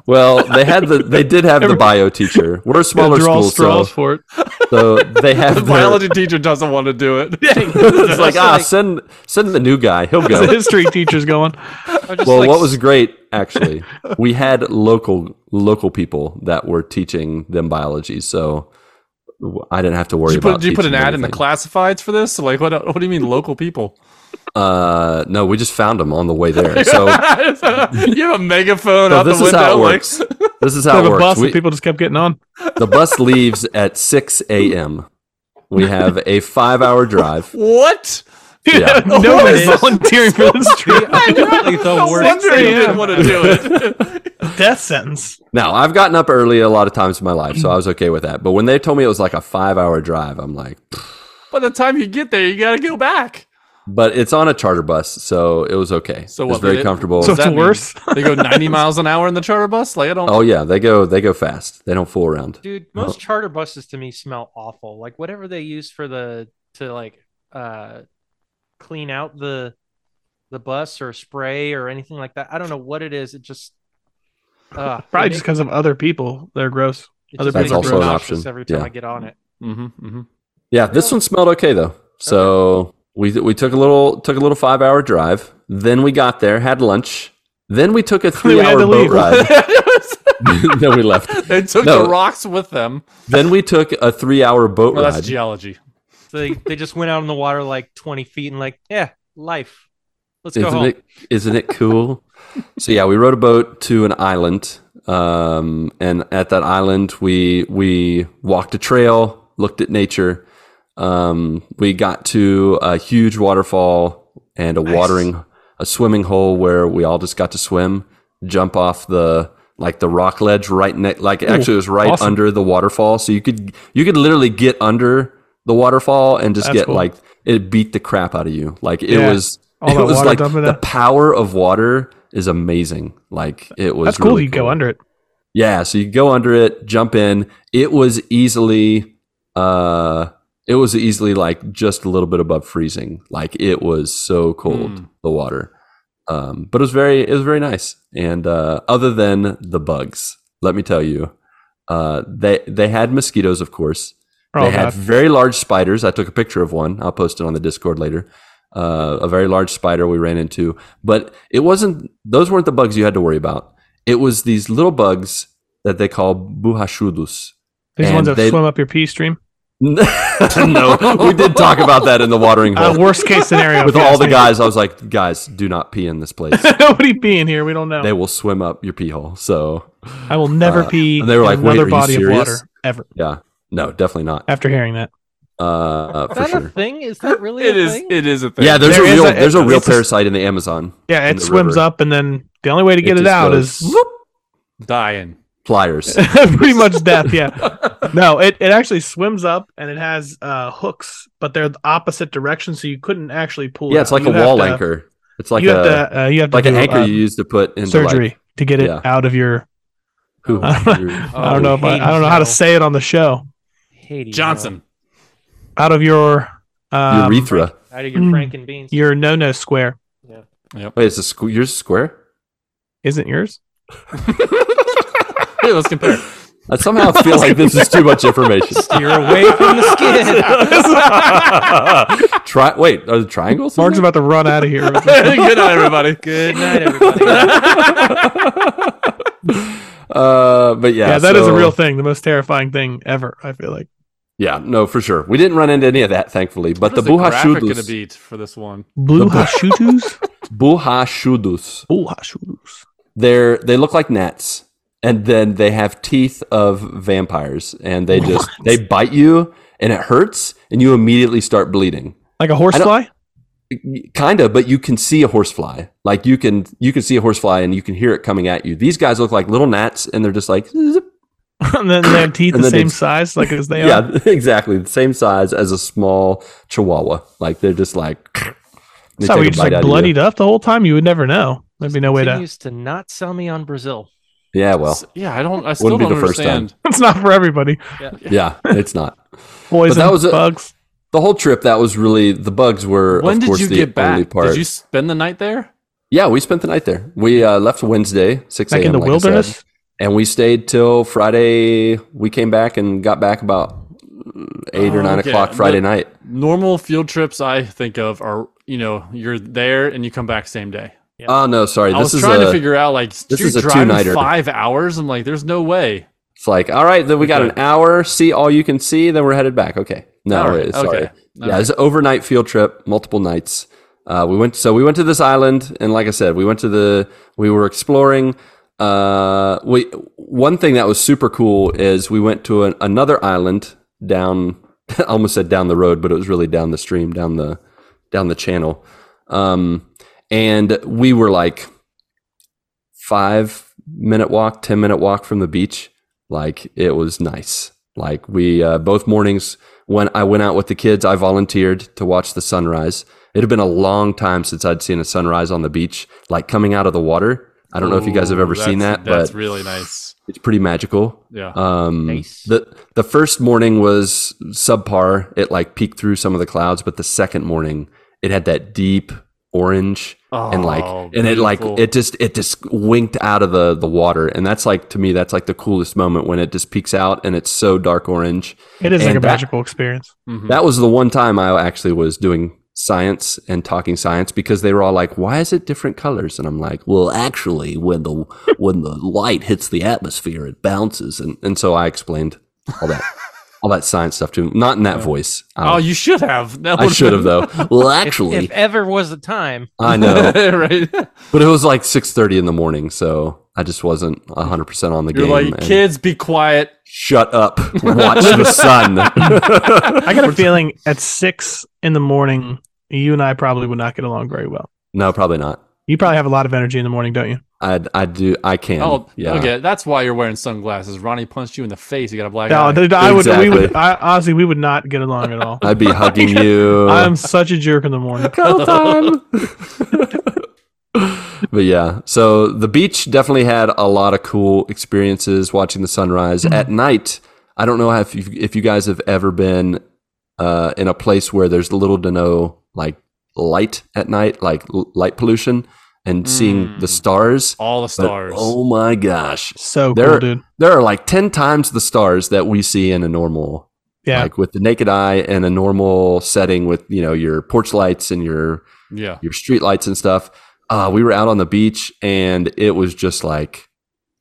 B: well, they had the, they did have the bio teacher. We're a smaller
E: draw
B: school,
E: straws
B: so,
E: for it.
B: so they have
C: The
B: their-
C: biology teacher doesn't want to do it.
B: <laughs> it's like, ah,
D: Like-
B: send, send the new guy. He'll <laughs>
E: The <laughs>
B: go.
E: history teacher's going.
D: I just
B: well,
D: like
B: what was great actually, we had local local people that were teaching them biology, so w- I didn't have to worry
C: Did <laughs> you put,
B: about.
C: did you put an
B: teaching
C: ad in the
B: anything.
C: classifieds for this? Like, what? What do you mean, local people?
B: Uh, no, we just found them on the
C: <laughs>
B: way there. So,
C: you have a megaphone
B: so
C: out the
B: this
C: window.
B: is how it
C: like-
B: works. This
C: <laughs>
B: is
E: They
B: how
E: have
B: it
E: a
B: works.
E: bus,
B: We-
E: and people just kept getting on. <laughs>
B: the bus leaves at six a.m.
C: <laughs>
B: We have a five-hour drive.
C: What?
B: Yeah.
E: Nobody's volunteering for this trip.
D: apparently the
E: <laughs>
C: No
D: worst.
C: wonder you didn't
E: Yeah.
C: want to do <laughs> it.
E: Death sentence.
B: Now, I've gotten up early a lot of times in my life, so I was okay with that. But when they told me it was like a five-hour drive, I'm like,
C: By the time you get there, you gotta go back.
B: but it's on a charter bus, so it was okay.
C: So
B: it
C: what
B: was very
C: did it-
B: comfortable.
E: So
C: does
E: it's
C: that mean?
E: worse.
C: They go 90 miles an hour in the charter bus. Like I don't.
B: Oh yeah, they go they go fast. They don't fool around.
D: Dude, most charter buses to me smell awful. Like whatever they use for the to like uh clean out the the bus or spray or anything like that. I don't know what it is. It just uh,
E: Probably just because of other people. They're gross. other
B: That's also an option.
D: Every time
B: Yeah.
D: I get on it,
C: Mm-hmm, <laughs> mm-hmm.
B: Yeah, this one smelled okay though. So we we took a little took a little five hour drive. Then we got there, had lunch. Then we took a three
E: had
B: hour
E: to
B: boat
C: <laughs>
E: leave.
B: ride. <laughs> then we left.
C: they took
B: No.
C: the rocks with them.
B: Then we took a three hour boat
C: Well,
B: ride.
C: that's geology.
D: so they they just went out in the water like twenty feet and like yeah, life. Let's go
B: isn't
D: home.
B: it isn't it
E: <laughs>
B: cool? so yeah, we rowed a boat to an island, um, and at that island we we walked a trail, looked at nature. Um, we got to a huge waterfall and a watering a swimming hole where we all just got to swim, jump off the like the rock ledge right next like actually it was right
E: awesome.
B: under the waterfall so you could you could literally get under the waterfall and just
E: That's
B: get
E: cool.
B: like it beat the crap out of you like it
E: Yeah.
B: was <laughs>
E: All
B: it
E: that
B: was
E: water
B: like
E: dumping
B: the
E: out.
B: power of water is amazing. Like it was.
E: That's cool.
B: really
E: you go under it.
B: Yeah, so you go under it, jump in. It was easily, uh, it was easily like just a little bit above freezing. Like it was so cold
C: Hmm.
B: the water, um, but it was very it was very nice. And uh, other than the bugs, let me tell you, uh, they they had mosquitoes, of course
E: Oh,
B: they had
E: God.
B: very large spiders. I took a picture of one. I'll post it on the Discord later. Uh, a very large spider we ran into, but it wasn't. Those weren't the bugs you had to worry about. It was these little bugs that they call buhachudus.
E: These
B: and
E: ones that
B: they-
E: swim up your pee stream.
B: <laughs> no, we did talk about that in the watering
E: <laughs> Uh,
B: hole
E: worst
B: <laughs>
E: case scenario.
B: with
E: if you
B: all
E: ask
B: the
E: me.
B: guys. I was like, guys, do not pee in this
E: <laughs>
B: place.
E: Nobody pee in here. We don't know.
B: they will swim up your pee hole. So
E: I will never
B: Uh,
E: pee
B: and they were like,
E: in
B: "Wait,
E: another
B: are you
E: body of
B: serious?"
E: water ever.
B: yeah, no, definitely not.
E: After hearing that,
B: Uh,
D: Is
B: for
D: that
B: sure.
D: a thing? Is that really
C: It
D: a
C: is.
D: thing?
C: It is a thing.
B: Yeah, there's
E: There
B: a
E: is
B: real
E: a-
B: there's a real
E: it's a-
B: parasite in the Amazon.
E: yeah,
B: In
E: it
B: the
E: swims
B: river.
E: up, and then the only way to get it,
B: just
E: out
B: goes
E: <laughs> is
B: whoop,
C: dying.
B: pliers.
E: <laughs> pretty
B: <laughs>
E: much death. Yeah, no, it, it actually swims up, and it has uh, hooks, but they're the opposite direction, so you couldn't actually pull.
B: Yeah,
E: it
B: it's
E: out.
B: like
E: You
B: a
E: have
B: wall
E: to-
B: anchor. It's like
E: you
B: a
E: have to. Uh, you have to
B: like an
E: do,
B: anchor
E: uh,
B: you use to put into
E: surgery
B: Like,
E: to get it
B: Yeah.
E: out of your.
B: who-
E: <laughs>
B: Oh,
E: I don't know if I, I don't know how to say it on the show.
D: Katie
C: <laughs> Johnson.
E: out of your um,
B: Urethra.
D: uh, out of your
E: Mm.
D: Frank and beans.
E: your no no square.
B: Wait, is this squ- yours square? <laughs>
E: Isn't yours?
C: Hey, let's compare.
B: I somehow feel like this is too much
E: <laughs>
B: information.
D: You're away <laughs> from the skin.
C: <laughs>
B: Tri- wait, are the triangles? in
E: Mark's
B: there?
E: about to run out of
B: <laughs>
E: here.
C: Good night, everybody.
D: Good night, everybody.
B: uh, but yeah,
E: yeah, that is a
B: so-
E: real thing. The most terrifying thing ever. I feel like
B: Yeah, no, for sure. We didn't run into any of that, thankfully. <laughs> But the
C: What is graphic gonna
B: buhashudus,
C: be t- for this one?
E: blue
B: The bu-
E: hashutus.
B: <laughs> buhashudus,
E: Blue hashutus.
B: they're they look like gnats, and then they have teeth of vampires, and they just they bite you, and it hurts, and you immediately start bleeding.
E: Like a horsefly.
B: kind of but you can see a horsefly like you can you can see a horsefly and you can hear it coming at you these guys look like little gnats and they're just like zip.
E: <laughs> and then they have
B: <coughs>
E: teeth
B: And
E: the
B: then they
E: same
B: just-
E: size, like as they
B: <laughs>
E: are.
B: yeah exactly the same size as a small chihuawa like they're just like <clears throat> they
E: So
B: take
E: were you
B: a
E: just
B: bite out
E: like
B: of you.
E: bloodied up the whole time? You would never know. There'd be no way to.
D: Continues to not sell me on Brazil.
B: yeah
C: <laughs>
B: well
C: S- yeah, I don't. I still
B: be
C: don't
B: the first time.
C: understand.
E: <laughs> It's not for everybody.
B: yeah it's not
E: Boys
B: But that
E: and
B: was a-
E: bugs.
B: the whole trip that was really the bugs were
C: When
B: of
C: did
B: course
C: you
B: the
C: get
B: only
C: back?
B: part
C: Did you spend the night there?
B: yeah we spent the night there we uh, left wednesday 6
E: Like
B: a.m
E: in the
B: I said.
E: wilderness.
B: and we stayed till friday we came back and got back about eight
C: Oh,
B: or nine
C: okay.
B: o'clock friday
C: But-
B: night
C: Normal field trips I think of are you know you're there and you come back same day.
B: Oh no, sorry.
C: I was
B: This is
C: trying
B: a,
C: to figure out like
B: this
C: you're
B: is a
C: driving
B: two-nighter.
C: five hours. I'm like, there's no way.
B: It's like all right. Then we got
C: Okay.
B: an hour. See all you can see. Then we're headed back. Okay. No,
C: All right,
B: it's- sorry.
C: okay. All
B: yeah, it's an overnight field trip, multiple nights. Uh, we went. So we went to this island, and like I said, we went to the. We were exploring. Uh, we one thing that was super cool is we went to an, another island down. <laughs> I almost said down the road, but it was really down the stream, down the down the channel. Um, and we were like five minute walk, 10 minute walk from the beach. Like it was nice. Like we, uh, both mornings when I went out with the kids, I volunteered to watch the sunrise. It had been a long time since I'd seen a sunrise on the beach, like coming out of the water. I don't know if you guys have
C: Ooh,
B: ever seen
C: that's-
B: that,
C: That's
B: but
C: really nice.
B: it's pretty magical.
C: Yeah.
B: Um,
D: Nice.
B: The the first morning was subpar. It like peeked through some of the clouds, but the second morning it had that deep orange Uh, and like
C: Oh,
B: and it like
C: beautiful.
B: it just it just winked out of the the water, and that's like to me that's like the coolest moment when it just peeks out and it's so dark orange.
E: It is
B: and
E: like a
B: that-
E: magical experience.
C: Mhm.
B: That was the one time I actually was doing science and talking science because they were all like, "Why is it different colors?" And I'm like, "Well, actually, when the when the light hits the atmosphere, it bounces." And and so I explained all that all that science stuff to him, not in that voice. I,
C: oh, you should have. <laughs> That
B: I
C: would've
B: should have
C: been-
B: though. Well,
D: If-
B: actually,
D: if ever was the time,
B: I know,
C: <laughs> right?
B: but it was like 6:30 in the morning, so I just wasn't 100 percent on the
C: You're
B: game.
C: like,
B: and
C: kids, be quiet.
B: shut up, watch
C: <laughs>
B: the sun.
E: I got a feeling at six in the morning, you and I probably would not get along very well.
B: <laughs> no, probably not.
E: You probably have a lot of energy in the morning, don't you?
B: I I do I can.
C: Oh,
B: yeah.
C: okay. That's why you're wearing sunglasses. Ronnie punched you in the face. You got a black
E: No,
C: eye.
E: dude, I would. We would.
B: Exactly.
E: I, honestly, we would not get along at
B: <laughs>
E: all.
C: <laughs>
B: I'd be hugging you.
E: I'm such a jerk in the morning.
B: Go time. <laughs> but yeah, so the beach definitely had a lot of cool experiences watching the sunrise at night. I don't know if you, if you guys have ever been uh, in a place where there's little to no like light at night, like l- light pollution, and seeing the
C: Mm.
B: stars.
C: All the
B: But,
C: stars.
B: oh my gosh,
E: So
B: There-
E: cool, dude.
B: there are like ten times the stars that we see in a normal
E: Yeah,
B: like with the naked eye and a normal setting with you know your porch lights and your
C: yeah.
B: your street lights and stuff uh, we were out on the beach and it was just like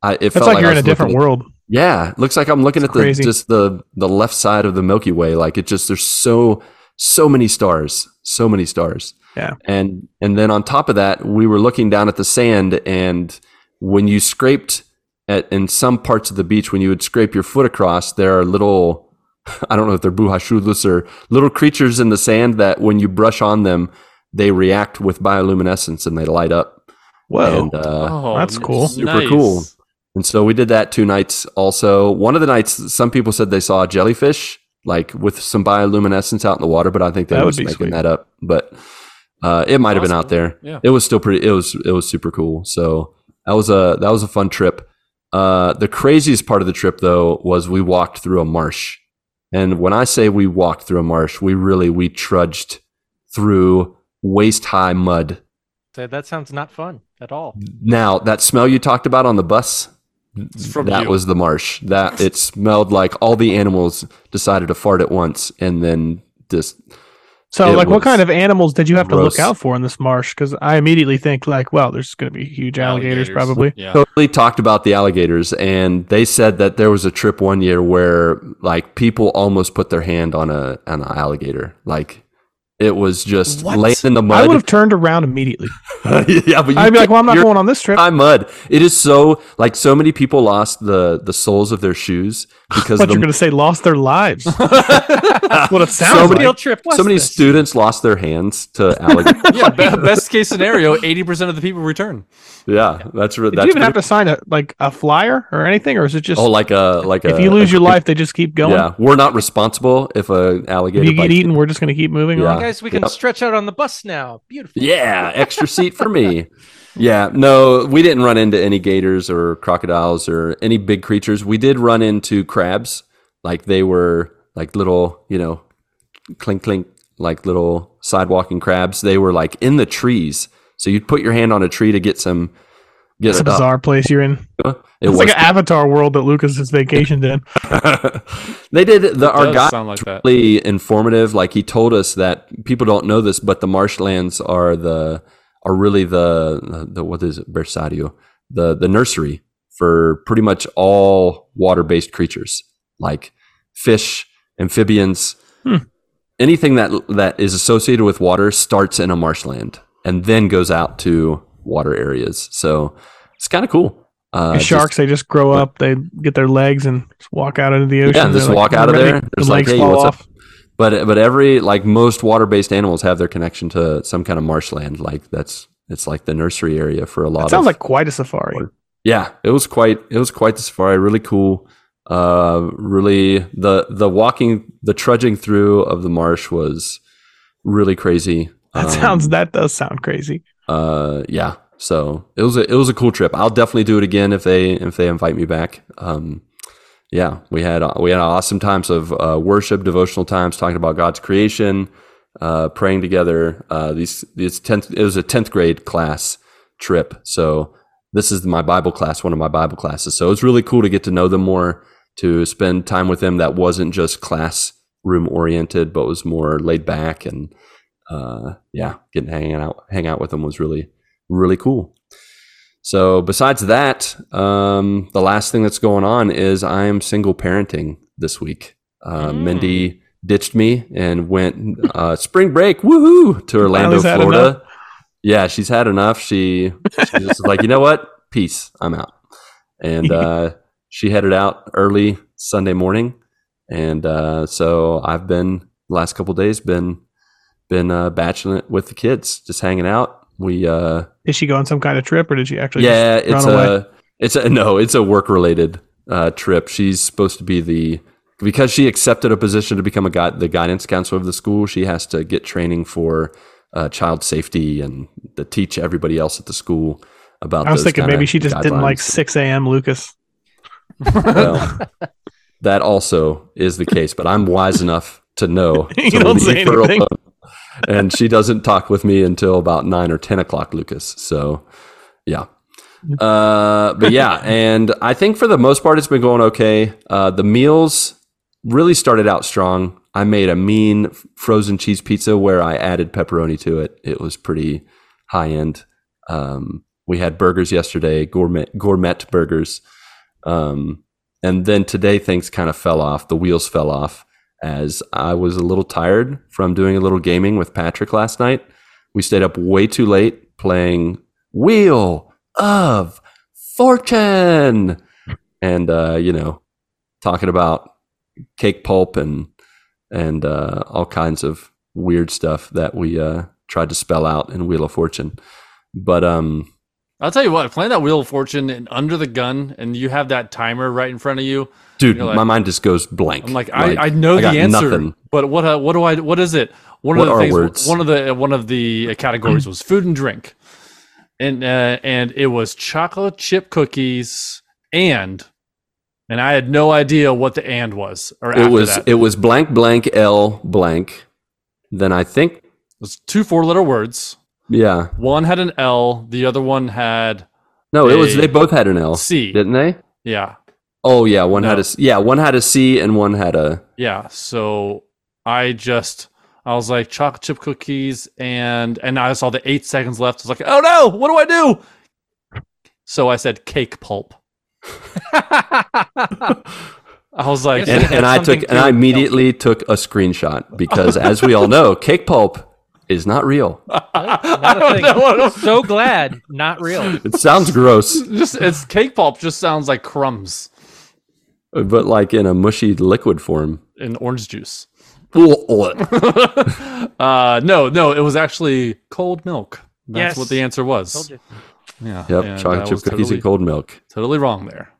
B: I, it
E: it's
B: felt
E: like,
B: like,
E: you're
B: I
E: in a
B: was
E: different
B: looking at-
E: world.
B: yeah it looks like i'm looking
E: It's
B: at the
E: crazy.
B: just the the left side of the milky way like it just there's so so many stars so many stars
E: Yeah.
B: and and then on top of that we were looking down at the sand and when you scraped at in some parts of the beach when you would scrape your foot across there are little <laughs> i don't know if they're buhashudlus or little creatures in the sand that when you brush on them they react with bioluminescence and they light up
E: Whoa.
B: and uh,
C: oh,
E: that's
C: n-
E: cool.
B: Super cool. and so we did that two nights also one of the nights some people said they saw a jellyfish like with some bioluminescence out in the water but i think they
E: That
B: were
E: would
B: just making
E: be sweet.
B: that up but uh, it might have been out
C: Possible.
B: there
C: Yeah.
B: it was still pretty it was it was super cool so that was a that was a fun trip uh, the craziest part of the trip though was we walked through a marsh And when I say we walked through a marsh, we really we trudged through waist high mud.
D: That, that sounds not fun at all.
B: Now that smell you talked about on the bus,
C: It's from
B: that
C: you.
B: was the marsh. That it smelled like all the animals decided to fart at once and then just
E: So,
B: It
E: like, what
B: was
E: kind of animals did you have
B: gross.
E: to look out for in this marsh? Because I immediately think, like, well, there's going to be huge alligators, probably.
C: Yeah.
B: totally talked about the alligators and they said that there was a trip one year where like people almost put their hand on a on an alligator. Like it was just
C: What?
B: laying in the
E: I would
B: mud.
E: have turned around immediately.
B: <laughs> yeah, but you
E: I'd be like, well, I'm not
B: you're-
E: going on this trip.
B: high mud. It is so like so many people lost the the soles of their shoes
E: <laughs>
B: because
E: But
B: the,
E: you're going to say lost their
B: <laughs>
E: lives. That's what it sounds
B: Somebody-
E: like.
D: Field trip. What's
B: so many
D: this?
B: students lost their hands to
E: <laughs>
B: alligators.
C: <laughs> yeah be- best case scenario, eighty percent of the people return.
B: yeah, that's re-
E: Did
B: that's
E: you even have
B: pretty-
E: to sign a like a flyer or anything, or is it just
B: oh like a like a
E: if you lose your life, they just keep going?
B: yeah. We're not responsible if a alligator
E: If you get
B: bites
E: eaten, we're just going to keep moving
B: Yeah.
E: on.
D: Guys, we can
B: Yep.
D: stretch out on the bus now.
B: <laughs>
D: Beautiful. <laughs>
B: Yeah, extra seat for me. Yeah, no, we didn't run into any gators or crocodiles or any big creatures. We did run into crabs. Like they were like little, you know, clink clink, like little sidewalking crabs. They were like in the trees. So you'd put your hand on a tree to get some get
E: It's a
B: it up.
E: bizarre place you're in.
B: It
E: it's
B: was
E: like an Avatar world that Lucas has vacationed in.
B: <laughs> they did the our
C: does
B: guy
C: sound like that.
B: really informative. Like he told us that people don't know this, but the marshlands are the are really the the what is it bersario the the nursery for pretty much all water based creatures like fish, amphibians,
E: Hmm.
B: anything that that is associated with water starts in a marshland and then goes out to water areas. So it's kind of cool. Uh,
E: And
B: just-
E: sharks, they just grow up, they get their legs and just walk out into the ocean.
B: and just
E: They're
B: walk out of
E: ready.
B: there.
E: The
B: Just like,
E: legs
B: "Hey,
E: fall
B: what's up?"
E: off.
B: But but every like most water based animals have their connection to some kind of marshland. Like that's it's like the nursery area for a lot.
E: That sounds
B: of,
E: like quite a safari.
B: yeah, it was quite it was quite the safari. Really cool. Uh, really the the walking the trudging through of the marsh was really crazy.
E: That
B: Um,
E: sounds. That does sound crazy.
B: uh yeah so it was a it was a cool trip i'll definitely do it again if they if they invite me back um yeah we had we had awesome times of uh worship devotional times talking about god's creation uh praying together uh these these 10th it was a 10th grade class trip so this is my bible class one of my bible classes so it's really cool to get to know them more to spend time with them that wasn't just classroom oriented but was more laid back and uh, yeah, getting hanging out, hang out with them was really, really cool. So besides that, um, the last thing that's going on is I am single parenting this week. Uh,
D: Mm.
B: Mindy ditched me and went uh, spring break, woohoo, to Orlando,
E: Finally's had enough.
B: Florida. Yeah, she's had enough. She she's just like, you know what? Peace. I'm out. And
E: <laughs>
B: uh, she headed out early Sunday morning, and uh, so I've been last couple days been been uh, bachelor with the kids, just hanging out. We uh,
E: Is she going some kind of trip, or did she actually? just-
B: yeah, it's
E: run away?
B: a it's a no, it's a work related uh, trip. She's supposed to be the because she accepted a position to become a guide, the guidance counselor of the school. She has to get training for uh, child safety and to teach everybody else at the school about.
E: I was
B: those
E: thinking
B: kinda
E: maybe she just didn't like
B: guidelines.
E: 6 a.m. Lucas.
B: <laughs> Well, that also is the case, but I'm wise enough to know.
E: <laughs> You
B: to
E: don't
B: leave
E: say
B: her
E: anything.
B: alone. And she doesn't talk with me until about nine or 10 o'clock, Lucas. So, yeah. Uh, but yeah, and I think for the most part, it's been going okay. Uh, the meals really started out strong. I made a mean frozen cheese pizza where I added pepperoni to it. It was pretty high end. Um, we had burgers yesterday, gourmet gourmet burgers. Um, and then today things kind of fell off. The wheels fell off as I was a little tired from doing a little gaming with Patrick last night. We stayed up way too late playing Wheel of Fortune and uh, you know, talking about cake pulp and and uh, all kinds of weird stuff that we uh, tried to spell out in Wheel of Fortune. But um
C: I'll tell you what, playing that Wheel of Fortune and under the gun, and you have that timer right in front of you.
B: dude,
C: You're like-
B: my mind just goes blank.
C: I'm like, I, I know
B: I got
C: the answer,
B: nothing.
C: but what uh, what do I what is it? One
B: What
C: of the
B: are
C: things,
B: words?
C: one of the one of the uh, categories was food and drink, and uh, and it was chocolate chip cookies and and I had no idea what the and was. Or
B: It
C: after
B: was
C: that.
B: it was blank blank L blank. Then I think
C: It was two four letter words.
B: yeah.
C: One had an L, the other one had
B: No, it was
C: Hey.
B: they both had an L,
C: C.
B: didn't they?
C: Yeah,
B: Oh yeah, one had
C: No.
B: a s- yeah, one had a C and one had a
C: yeah. So I just I was like chocolate chip cookies, and and I saw the eight seconds left. I was like, oh no, what do I do? So I said cake pulp. I was like,
B: and,
D: Yes,
B: and
D: that's
B: I took
D: something
B: and I
D: too.
B: immediately took a
C: <laughs>
B: screenshot because as we all know, cake pulp is not real.
C: I
D: Not a
C: don't
D: thing.
C: know what else-
D: so glad, not <laughs> real.
B: It
C: <laughs>
B: sounds gross,
C: <laughs> just it's cake pulp just sounds like crumbs
B: but like in a mushy liquid
C: <laughs>
B: form.
C: in orange juice. <laughs>
B: That's
C: uh, no, no, it was actually cold milk. That's
D: Yes.
C: what the answer was.
D: Told you.
C: Yeah.
B: Yep,
C: and I
B: chocolate chip
C: was
B: cookies
C: totally,
B: and cold milk.
C: Totally wrong there.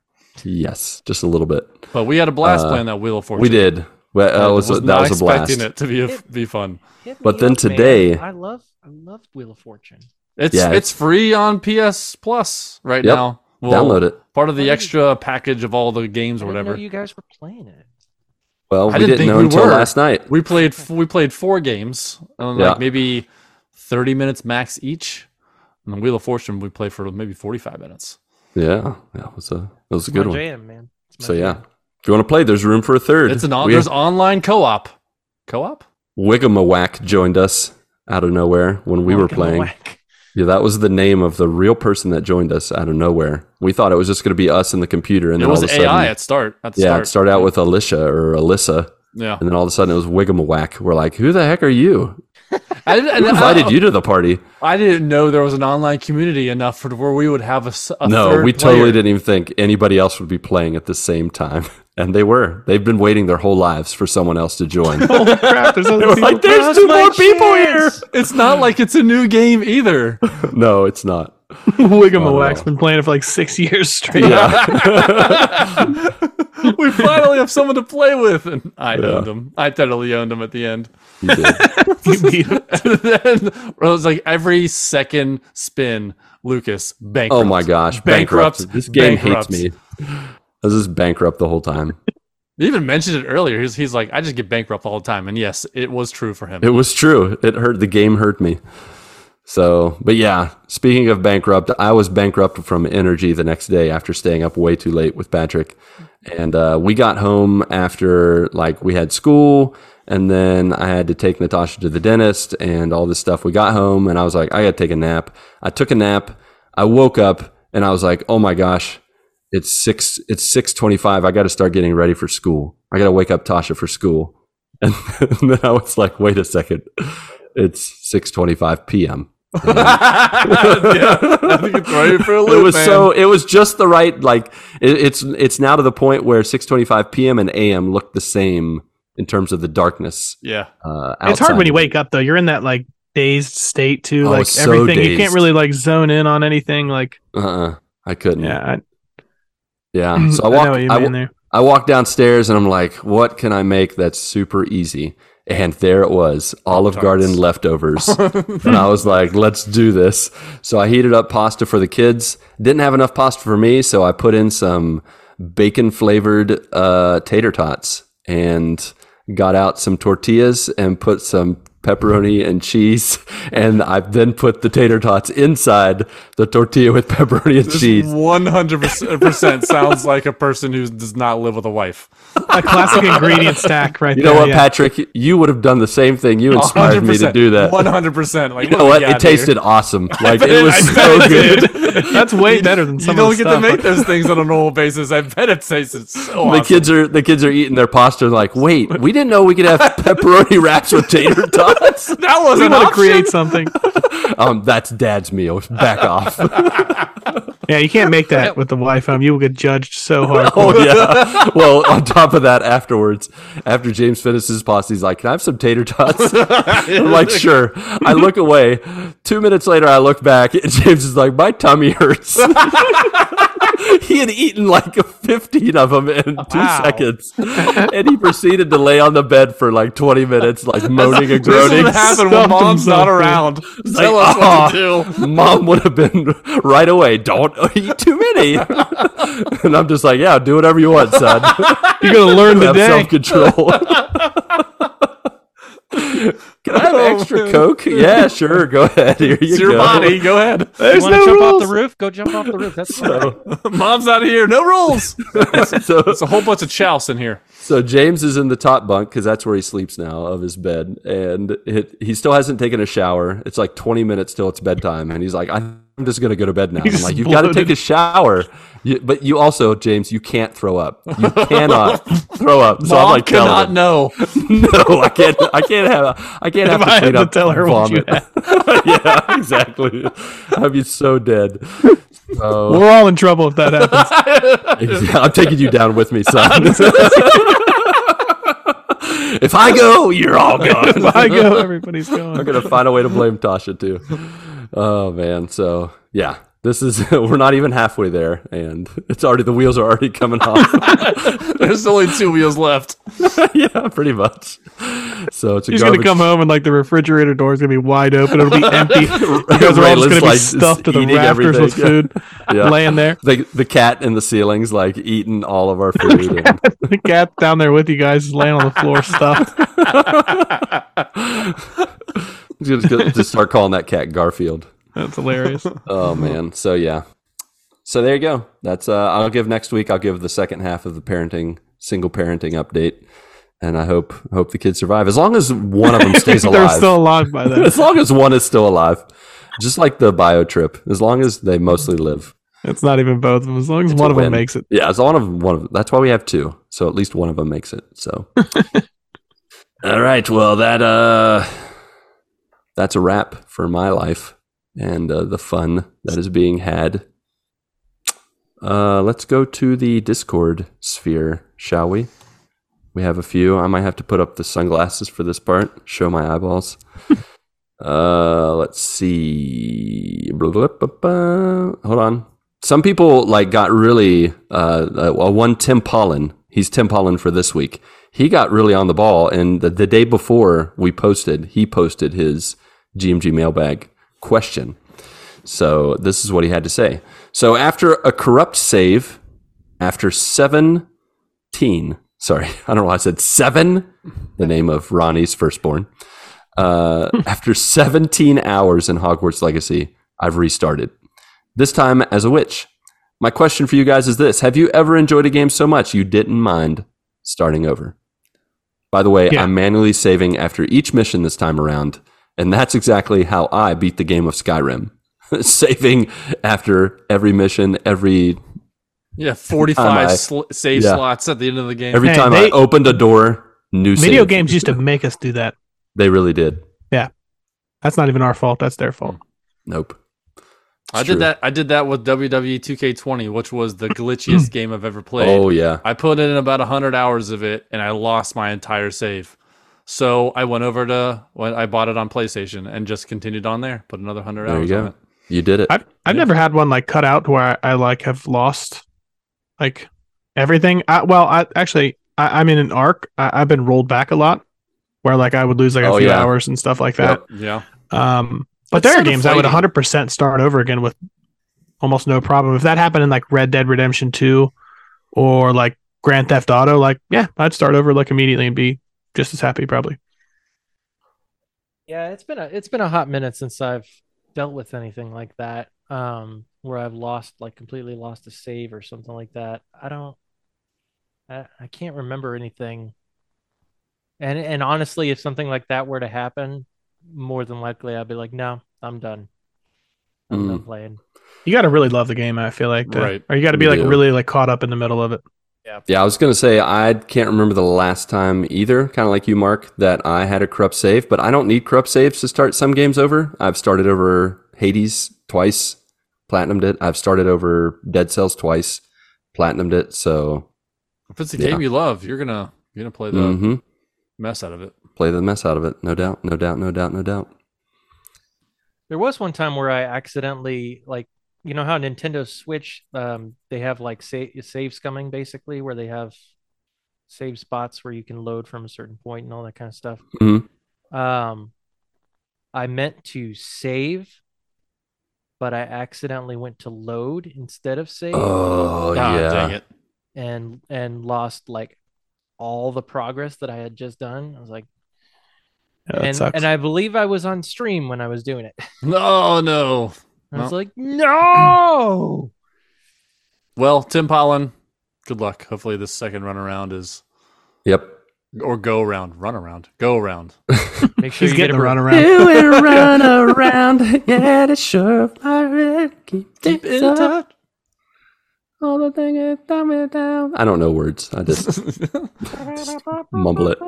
B: Yes, just a little bit.
C: But we had a blast
B: Uh,
C: playing that Wheel of Fortune.
B: We did. Well,
C: I
B: that was,
C: not
B: that was a blast.
C: expecting it to be a, be fun.
D: Hit
B: But
D: me
B: then
D: up, man.
B: today-
D: I love, I love Wheel of Fortune.
C: It's
B: Yeah,
C: it's free on PS Plus right
B: Yep.
C: now. Well,
B: Download it.
C: Part of
D: What
C: the
D: is-
C: extra package of all the games
D: I
C: or
D: didn't know
C: whatever.
D: you guys were playing it.
B: Well,
C: I
B: we
C: didn't
B: didn't
C: think
B: know
C: we
B: until
C: were.
B: last night.
C: We played f- we played four games, and
B: Yeah.
C: like maybe thirty minutes max each. And the Wheel of Fortune we played for maybe forty five minutes.
B: Yeah, that was a that was a
D: It's
B: good
D: my
B: one.
D: jam, man. It's my
B: So yeah,
D: jam.
B: if you want to play, there's room for a third.
C: It's an on,
B: We-
C: there's online co op. Co op?
B: Wigamawack joined us out of nowhere when we
D: Oh,
B: were
D: come
B: playing.
D: whack.
B: Yeah, that was the name of the real person that joined us out of nowhere. We thought it was just going to be us and the computer, and
C: It
B: then
C: was
B: all of a
C: AI
B: sudden,
C: at start. At the
B: yeah,
C: start.
B: it started out with Alicia or Alyssa, <laughs>
C: yeah.
B: and then all of a sudden it was Wigamawack. We're like, who the heck are you?
C: I didn't,
B: Who
C: uh,
B: invited you to the party?
C: I didn't know there was an online community enough for where we would have a, s- a
B: No,
C: third
B: we totally
C: player.
B: didn't even think anybody else would be playing at the same time, <laughs> and they were. They've been waiting their whole lives for someone else to join.
E: Holy crap! There's other
B: <laughs>
E: people.
B: like, there's two
D: my
B: more people here.
D: chance.
C: It's not like it's a new game either.
B: No, it's not.
E: Wigamawack's been playing it for like six <laughs> years straight.
C: we finally have someone to play with, and I
B: Yeah.
C: owned him. I totally owned him at the end. <laughs>
B: You did.
E: You beat him.
C: and then it was like every second spin, Lucas bankrupt.
B: <laughs> Oh my gosh, bankrupt.
C: Bankrupt,
B: This game
C: bankrupt.
B: hates me. I was just bankrupt the whole time.
C: He even mentioned it earlier. He's, he's like, I just get bankrupt all the time, and yes, it was true for <laughs> him.
B: It was true. It hurt. The game hurt me. So, but yeah, speaking of bankrupt, I was bankrupt from energy the next day after staying up way too late with Patrick. And uh, we got home after like we had school, and then I had to take Natasha to the dentist and all this stuff. We got home, and I was like, I got to take a nap. I took a nap. I woke up, and I was like, oh my gosh, it's six. It's six twenty-five. I got to start getting ready for school. I got to wake up Tasha for school. And <laughs> then I was like, wait a second, it's six twenty-five p.m.
C: yeah, I think it's right for a
B: It
C: loop,
B: was
C: man.
B: so. It was just the right. Like it, it's it's now to the point where 6:25 p.m. and a.m. look the same in terms of the darkness.
C: yeah.
B: Uh, <laughs>
E: It's hard when
B: outside.
E: you wake up though. You're in that like dazed state too.
B: Oh,
E: like
B: so
E: everything, you
B: dazed.
E: can't really like zone in on anything. Like
B: Uh-uh, I couldn't.
E: yeah,
B: Yeah. Uh,
E: I,
B: So I
E: <laughs> I
B: walked.
E: know what you
B: I,
E: mean
B: wa-
E: there.
B: I walked downstairs and I'm like, what can I make that's super easy? And there it was, Olive
C: Pop-Tarts.
B: Garden leftovers. <laughs> and
C: <laughs>
B: I was like, let's do this. So I heated up pasta for the kids. Didn't have enough pasta for me, so I put in some bacon flavored uh, tater tots and got out some tortillas and put some pepperoni and cheese. <laughs> And I then put the tater tots inside the tortilla with pepperoni and cheese.
C: One hundred percent sounds like a person who does not live with a wife.
E: A classic ingredient
B: <laughs>
E: stack right
B: You
E: there.
B: know what,
E: yeah.
B: Patrick? You would have done the same thing. You inspired me
C: <laughs>
B: to do that.
C: One hundred percent. Like
B: You know
C: what
B: what?
C: do we
B: It
C: got here?
B: tasted
C: <laughs>
B: awesome. Like
C: bet
B: it
C: it-
B: was
C: I
B: so
C: bet it
B: good.
C: did.
B: <laughs>
E: That's way better than
C: You
E: some
C: don't
E: of the
C: get
E: stuff.
C: to make those things on a normal basis. I bet it tasted so.
B: The
C: awesome.
B: kids are the kids are eating their pasta. and Like, wait, we didn't know we could
C: <laughs>
B: have pepperoni wraps with tater tots.
C: that was
E: we
C: an
E: want to
C: option.
E: create
B: <laughs>
E: something.
B: Um, that's Dad's meal.
C: <laughs>
B: Back off.
E: Yeah, you can't make that with the wife home. You will get judged so hard.
B: <laughs> oh yeah. Well, on top of that, afterwards, after James finishes pasta, he's like, "Can I have some tater tots?" I'm <laughs> like, "Sure." I look away. Two minutes later, I look back, and James is like, "My tummy hurts." <laughs> he had eaten like 15 of them in two
D: Wow.
B: seconds. And he proceeded to lay on the bed for like 20 minutes, like moaning and
C: This is
B: groaning.
C: what happens when
E: Stuffed
C: mom's not
E: himself, dude.
C: around.
B: It's
C: Tell
B: like,
C: us what to
B: "Ah." <laughs>
C: do.
B: Mom would have been right away, don't eat too
C: <laughs>
B: many. and I'm just like, yeah, do whatever you want, son.
E: You're gonna learn
B: have
E: today.
B: self
C: <laughs>
B: control. Can I have extra Coke? Yeah, sure. Go ahead. Here you
C: Oh, It's your
B: go.
C: body.
B: <laughs>
C: Go ahead.
E: There's
D: you want to
E: no
D: jump off
E: rules.
D: the roof? Go jump off the roof. <laughs> That's fine.
C: Mom's out of here. No
B: <laughs>
C: rules.
B: So,
C: It's a whole bunch of chouse in here.
B: so James is in the top bunk because that's where he sleeps now of his bed, and it, he still hasn't taken a shower. It's like 20 minutes till it's bedtime, and he's like, "I'm just gonna go to bed now."
E: He's
B: I'm like, "You've got to take
E: bloated.
B: a shower," You- but you also, James, you can't throw up.
E: <laughs>
B: You cannot throw up. So I'm
C: Mom
B: like, telling
C: cannot
B: him,
C: know.
E: <laughs>
B: "No, I can't. I can't have. I can't have
E: If
B: to
E: I
B: clean
E: had to
B: up
E: tell her what you
B: vomit." <laughs> yeah, exactly. I'd be so dead. So-
E: We're all in trouble if that
B: <laughs>
E: happens.
B: yeah, I'm taking you down with me, son. <laughs>
E: <laughs>
B: if I go, you're all gone.
E: if I go, everybody's going.
B: I'm gonna find a way to blame Tasha too. Oh man, so yeah, this is <laughs> we're not even halfway there, and it's already the wheels are already coming
E: <laughs>
B: off.
C: There's only two wheels left.
B: yeah, pretty much. So it's a
E: He's
B: garbage.
E: gonna come home and like the refrigerator door is gonna be wide open. It'll be
B: <laughs>
E: empty. <laughs> You guys are all
B: Raylan's,
E: just gonna be
B: like, just
E: stuffed to the
B: eating
E: rafters with
B: everything.
E: food,
B: <laughs> Yeah.
E: laying there.
B: The, the cat in the ceilings like eating all
E: <laughs>
B: of our food. and-
E: The cat down there with you guys is laying on the
B: <laughs>
E: floor, stuffed.
B: He's gonna- gonna just start calling that cat Garfield.
E: That's hilarious.
B: <laughs> Oh
E: Mm-hmm.
B: man. So yeah. So there you go. That's uh I'll give next week I'll give the second half of the parenting single parenting update. And I hope hope the kids survive. As long as one of them
E: <laughs>
B: stays
E: They're
B: alive. <laughs>
E: still alive by then.
B: as long as one is still alive. Just like the bio trip. As long as they mostly live.
E: It's not even both of them. As long as
B: it's
E: one
B: a
E: of them
B: win.
E: makes it.
B: Yeah, as long as one of that's why we have two. So at least one of them makes it. So All right. Well, that uh that's a wrap for my life and uh, the fun that is being had. Uh let's go to the Discord sphere, shall we? We have a few. I might have to put up the sunglasses for this part, show my eyeballs. uh let's see. Blah, blah, blah, blah. Hold on some people like got really uh, uh well, one tim pollen he's tim pollen for this week he got really on the ball and the, the day before we posted he posted his gmg mailbag question so this is what he had to say so after a corrupt save after 17 sorry <laughs> i don't know why i said 7 the name of ronnie's firstborn uh, <laughs> after 17 hours in hogwarts legacy i've restarted this time as a witch. My question for you guys is this Have you ever enjoyed a game so much you didn't mind starting over? By the way,
E: Yeah.
B: I'm manually saving after each mission this time around, and that's exactly how I beat the game of Skyrim. <laughs> saving after every mission, every <laughs>
C: Yeah, 45
B: I-
C: sl- save
B: yeah.
C: slots at the end of the game.
B: every
E: Hey,
B: time I
E: they-
B: opened a door, new
E: Video
B: save.
E: games used to make us do that.
B: They really did.
E: That's not even our fault. That's their fault.
B: Nope.
C: I
B: It's
C: did
B: true.
C: that. I did that with E WWE 2K20, which was
B: <clears throat>
C: the glitchiest game I've ever played.
B: Oh yeah.
C: I put in about 100 hours of it and I lost my entire save. So I went over to when I bought it on PlayStation and just continued on there, put another 100
B: There you
C: hours on
B: go.
C: it.
B: You did it.
E: I've I've
C: Yeah.
E: never had one like cut out where I, I like have lost like everything. I, well, I actually I, I'm in an arc. I, I've been rolled back a lot where like I would lose like a
B: Oh,
E: few
B: yeah.
E: hours and stuff like that.
C: Yeah.
E: Um, but
C: That's
E: there
C: so
E: are games I would
C: deflating.
E: 100 percent start over again with almost no problem. If that happened in like Red Dead Redemption 2 or like Grand Theft Auto, like yeah, I'd start over like immediately and be just as happy probably.
D: Yeah, it's been a it's been a hot minute since I've dealt with anything like that. Um, where I've lost like completely lost a save or something like that. I don't I, I can't remember anything. And and honestly, if something like that were to happen, more than likely I'd be like, no, I'm done. I'm done playing.
E: You got to really love the game. I feel like, to-
C: Right.
E: Or you got to be
B: You
E: like
B: do.
E: really like caught up in the middle of it.
B: Yeah, I was gonna say I can't remember the last time either, kind of like you, Mark, that I had a corrupt save. But I don't need corrupt saves to start some games over. I've started over Hades twice, platinumed it. I've started over Dead Cells twice, platinumed it. So
C: If it's a
B: Yeah.
C: game you love, you're gonna you're gonna play the
B: hmm
C: mess out of it.
B: play the mess out of it, no doubt, no doubt, no doubt, no doubt.
D: There was one time where I accidentally like you know how Nintendo Switch um they have like save saves coming basically where they have save spots where you can load from a certain point and all that kind of stuff.
B: Mhm.
E: Mm-hmm.
D: Um I meant to save but I accidentally went to load instead of save
B: Oh
C: Ah,
B: yeah.
C: dang it.
D: and and lost like all the progress that I had just done. I was like
E: Yeah, that
D: and
E: sucks.
D: and I believe I was on stream when I was doing it. <laughs>
C: No, Oh, no.
D: I was
C: No.
D: like, "No!"
C: Well, Tim Pollen, good luck. Hopefully, this second run around is
B: Yep.
C: or go around, run around, go
B: <laughs>
C: around.
D: Make sure
E: He's
D: you get
E: getting
D: a
E: the
D: re-
C: <laughs>
D: <laughs>
E: runaround.
B: it run around. Yeah, it's sure. Keep,
C: Keep in touch.
B: All the thing is me down. I don't know words. I just mumble it.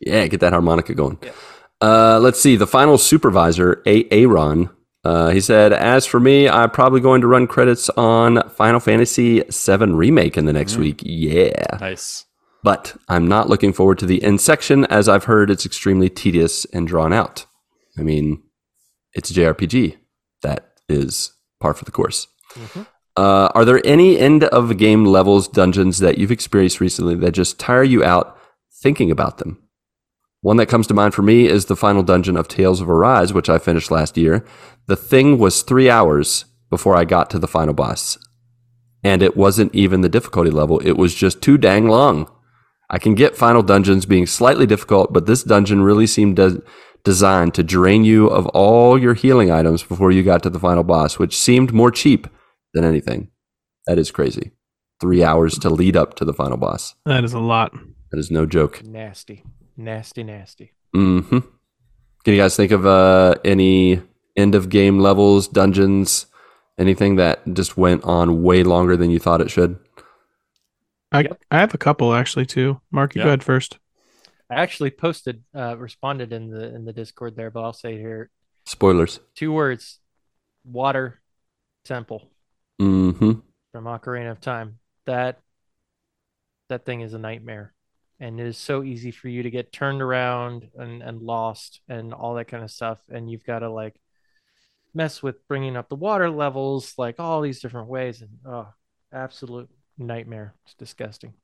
B: Yeah, get that harmonica going. Uh, let's see. The final supervisor, A. Aaron, uh, he said, "As for me, I'm probably going to run credits on Final Fantasy VII remake in the next
C: Mm.
B: week. Yeah,
C: nice.
B: but I'm not looking forward to the end section as I've heard it's extremely tedious and drawn out. I mean, it's a JRPG. That is par for the course."
D: Mhm.
B: Uh, are there any end of game levels, dungeons that you've experienced recently that just tire you out thinking about them? One that comes to mind for me is the final dungeon of Tales of Arise, which I finished last year. The thing was three hours before I got to the final boss. And it wasn't even the difficulty level, it was just too dang long. I can get final dungeons being slightly difficult, but this dungeon really seemed des- designed to drain you of all your healing items before you got to the final boss, which seemed more cheap than anything. That is crazy. Three hours to lead up to the final boss.
E: That is a lot.
B: That is no joke.
D: Nasty, nasty, nasty.
B: Mm-hmm. Can you guys think of uh, any end of game levels, dungeons, anything that just went on way longer than you thought it should?
E: I I have a couple actually too. Mark, you
C: Yeah.
E: go ahead first.
D: I actually posted, uh, responded in the in the Discord there, but I'll say here
B: Spoilers.
D: two words: water temple
B: Mm-hmm.
D: from Ocarina of Time. That that thing is a nightmare, and it is so easy for you to get turned around and and lost and all that kind of stuff, and you've got to like mess with bringing up the water levels like all these different ways and oh absolute nightmare it's disgusting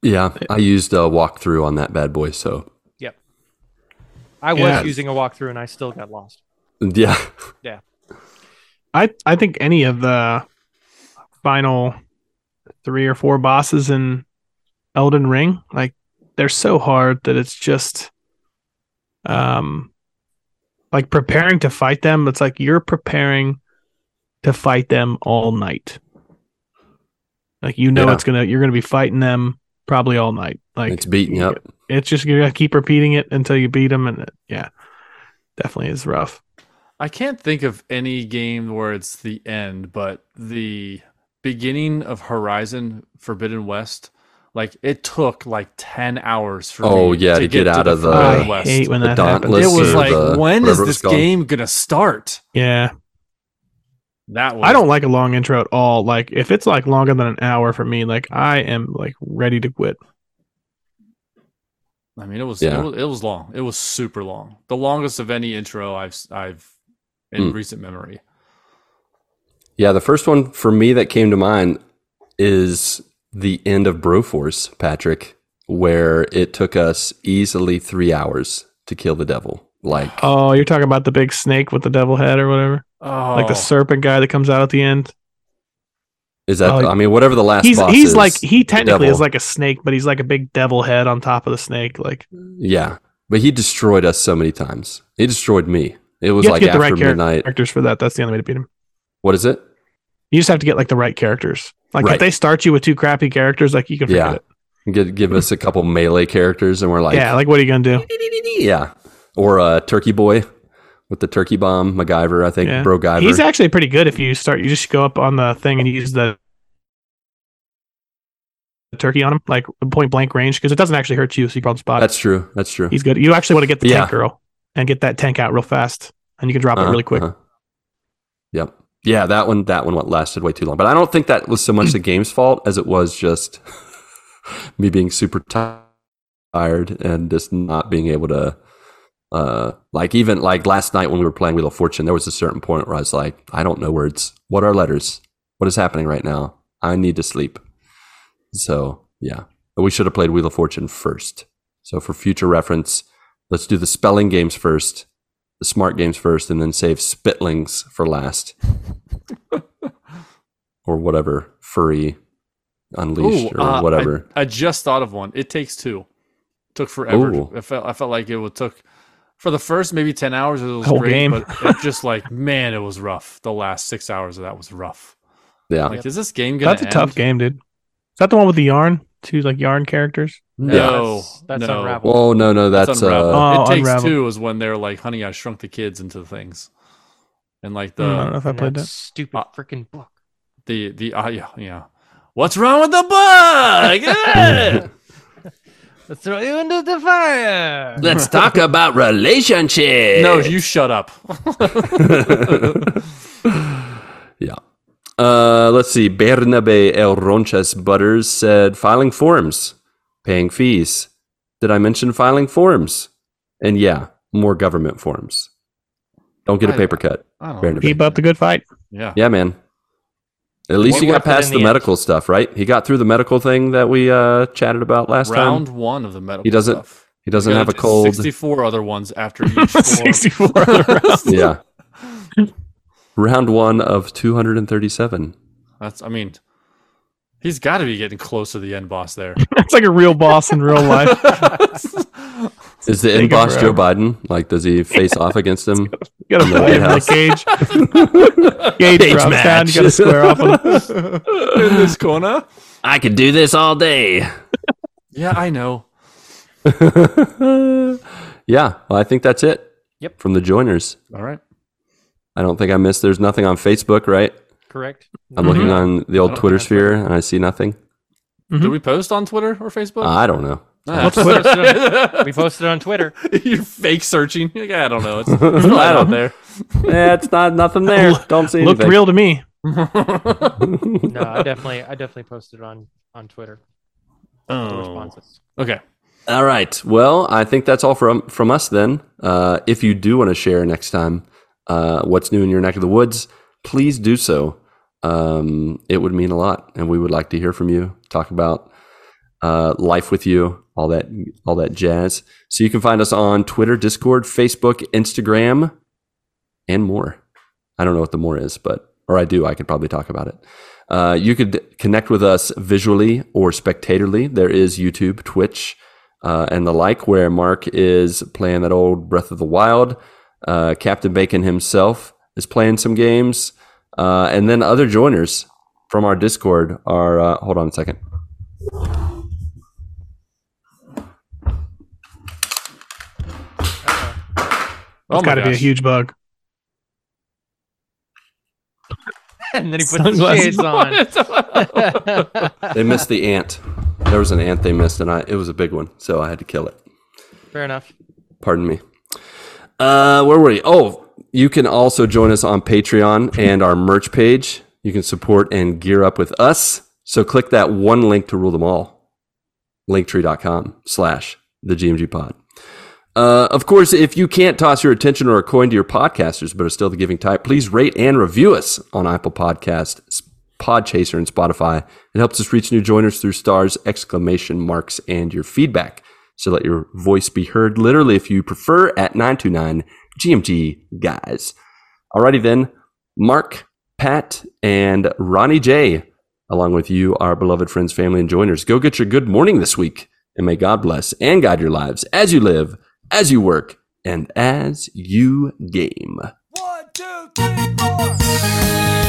B: Yeah, I used a walkthrough on that bad boy, so
D: i was
E: Yeah.
D: using a walkthrough and i still got lost
B: yeah.
E: I I think any of the final three or four bosses in Elden Ring, like they're so hard that it's just um like preparing to fight them, it's like you're preparing to fight them all night. Like you know
B: Yeah.
E: it's gonna you're gonna be fighting them probably all night. Like
B: it's beating up.
E: it's just you're gonna keep repeating it until you beat them and it, yeah. Definitely is rough.
C: I can't think of any game where it's the end, but the beginning of Horizon Forbidden West, like it took like ten hours for
B: Oh,
C: me
B: yeah, to get out
C: the
B: of the-
E: I
C: Forbidden
B: Uh,
C: West.
E: hate when
B: the
E: that happens.
B: Dauntless
C: it was
B: or
C: like,
B: the-
C: when is
B: whatever it's
C: this
B: called.
C: game gonna start?
E: Yeah.
C: That was
E: I don't like a long intro at all. Like if it's like longer than an hour for me, like I am like ready to quit.
C: I mean, it was,
B: Yeah.
C: it was it was long. It was super long. The longest of any intro I've s- I've in
B: Hmm.
C: recent memory.
B: Yeah, the first one for me that came to mind is the end of Broforce, Patrick, where it took us easily three hours to kill the devil. Like,
E: Oh, you're talking about the big snake with the devil head or whatever,
C: Oh,
E: like the serpent guy that comes out at the end.
B: is that?
E: oh,
B: I mean, whatever the last
E: he's
B: boss
E: he's
B: is,
E: like he technically
B: devil.
E: is like a snake, but he's like a big devil head on top of the snake. Like
B: yeah, but he destroyed us so many times. He destroyed me. It was
E: you have
B: like
E: to get
B: after
E: the right char-
B: midnight.
E: characters for that. That's the only way to beat him.
B: What is it?
E: You just have to get like the right characters. Like
B: Right.
E: if they start you with two crappy characters, like you can forget
B: Yeah.
E: it.
B: Give, give us a couple melee characters, and we're like,
E: yeah, like what are you gonna do?
B: yeah, or uh, Turkey Boy with the turkey bomb, MacGyver. I think
E: Yeah.
B: Bro Guyver.
E: He's actually pretty good if you start. You just go up on the thing and use the turkey on him, like point blank range, because it doesn't actually hurt you, so you probably spot it.
B: That's true. That's true.
E: He's good. You actually want to get the
B: Yeah.
E: tank girl and get that tank out real fast, and you can drop it
B: Uh-huh,
E: really quick.
B: uh-huh. Yep. Yeah, that one that one lasted way too long. But I don't think that was so
E: <clears throat>
B: much the game's fault as it was just <laughs> me being super ti- tired and just not being able to Uh, like even like last night when we were playing Wheel of Fortune, there was a certain point where I was like, I don't know words. What are letters? What is happening right now? I need to sleep. So yeah, but we should have played Wheel of Fortune first. So for future reference, let's do the spelling games first, the smart games first, and then save spitlings for last, or whatever furry unleashed
C: Ooh,
B: or
C: uh, I-
B: whatever.
C: I just thought of one. It takes two. Took forever.
B: Ooh.
C: I felt I felt like it would took for the first maybe ten hours. It was
E: Whole
C: great,
E: game.
C: but it just like <laughs> man, it was rough. The last six hours of that was rough.
B: yeah,
C: Like, is this game gonna?
E: That's a tough
C: end?
E: game, dude. Is that the one with the yarn? Two like yarn characters?
C: No,
B: Yeah.
D: That's- that's
C: no.
D: Unravel.
B: Oh no, no,
C: That's,
B: that's
C: Unravel.
B: uh,
E: Oh,
C: it takes
E: Unravel.
C: two is when they're like, "Honey, I shrunk the kids into things," and like the
E: Mm, I don't know if I
D: And
E: played
D: that
E: that.
D: stupid
C: Uh,
D: freaking book.
C: the the uh, yeah yeah. What's wrong with the
B: <laughs>
C: bug? <laughs>
D: <laughs> Let's throw you into the fire.
B: let's talk about relationships.
C: no, you shut up.
B: <laughs> yeah. Uh, let's see. Bernabe El Ronchas Butters said filing forms, paying fees. Did I mention filing forms? And yeah, more government forms. Don't get a
C: I-
B: paper cut.
C: I don't
B: Fair
C: know.
B: enough.
E: Keep up the good fight. <laughs>
C: Yeah.
B: Yeah, man. At least
D: What
B: he got
D: worked it in
B: past
D: the
B: the,
D: end?
B: medical stuff, right? He got through the medical thing that we uh, chatted about last
C: round
B: time.
C: one of the medical.
B: He doesn't-
C: Stuff.
B: He doesn't
C: We
B: have
C: gotta
B: a
C: do
B: cold.
C: Sixty-four other ones after each. Form.
E: 64 other
C: <laughs>
E: rounds.
B: Yeah. round one of 237.
C: That's. I mean, he's got to be getting close to the end boss there.
E: That's like a real boss in
B: <laughs>
E: real life.
B: Is the
E: Take
B: end
E: it
B: boss Joe
E: forever.
B: Biden? Like, does <laughs> he face off against him?
E: You gotta
B: In the
E: play
B: White
E: him in the
B: House. <laughs>
E: cage. Gage
B: Cage
E: drops down.
B: match.
E: You gotta square off
B: <laughs>
E: him.
C: In this corner.
B: I could do this all day.
C: Yeah, I know.
B: <laughs> yeah, well, I think that's it.
D: Yep.
B: From the joiners.
C: All right.
B: I don't think I missed. There's nothing on Facebook, right?
D: Correct.
B: I'm looking on the
C: I
B: old
C: don't
B: Twitter
C: think that's right.
B: sphere and I see nothing.
C: Do we post on Twitter or Facebook?
D: Uh,
B: I don't know.
C: Ah.
E: What's Twitter?
D: We posted it on Twitter.
C: <laughs> You're fake searching. <laughs> Like, I don't know. It's,
D: <laughs>
C: it's not out there.
B: yeah, it's not nothing <laughs> there. Don't see
E: Looked
B: anything.
E: real to me.
D: No, I definitely, I definitely posted it on on Twitter. The
C: Oh.
D: responses. <laughs>
C: Okay.
B: All right. Well, I think that's all from from us then. Uh, if you do want to share next time uh, what's new in your neck of the woods, please do so. Um, it would mean a lot, and we would like to hear from you. Talk about uh, life with you, all that all that jazz. So you can find us on Twitter, Discord, Facebook, Instagram, and more. I don't know what the more is, but or I do. I could probably talk about it. Uh, you could connect with us visually or spectatorly. There is YouTube, Twitch, uh, and the like, where Mark is playing that old Breath of the Wild. Uh, Captain Bacon himself is playing some games, uh, and then other joiners from our Discord are. Uh, hold on a second.
C: Oh
E: It's
C: Oh my
E: gotta be a
C: gosh.
E: huge bug.
D: <laughs> And then he put his
E: Sunglasses.
D: shades on.
C: <laughs>
B: They missed the ant. There was an ant they missed, and I it was a big one, so I had to kill it.
D: Fair enough.
B: Pardon me. Uh, where were you? Oh, you can also join us on Patreon and our merch page. You can support and gear up with us. So click that one link to rule them all. Linktree.com slash the GMG pod. Uh, of course, if you can't toss your attention or a coin to your podcasters, but are still the giving type, please rate and review us on Apple Podcast, S- Podchaser, and Spotify. It helps us reach new joiners through stars, exclamation marks, and your feedback. So let your voice be heard literally if you prefer at 929 GMG guys. Alrighty then, Mark, Pat, and Ronnie J, along with you, our beloved friends, family, and joiners, go get your good morning this week. And may God bless and guide your lives as you live, as you work, and as you game.
A: One, two, three, four.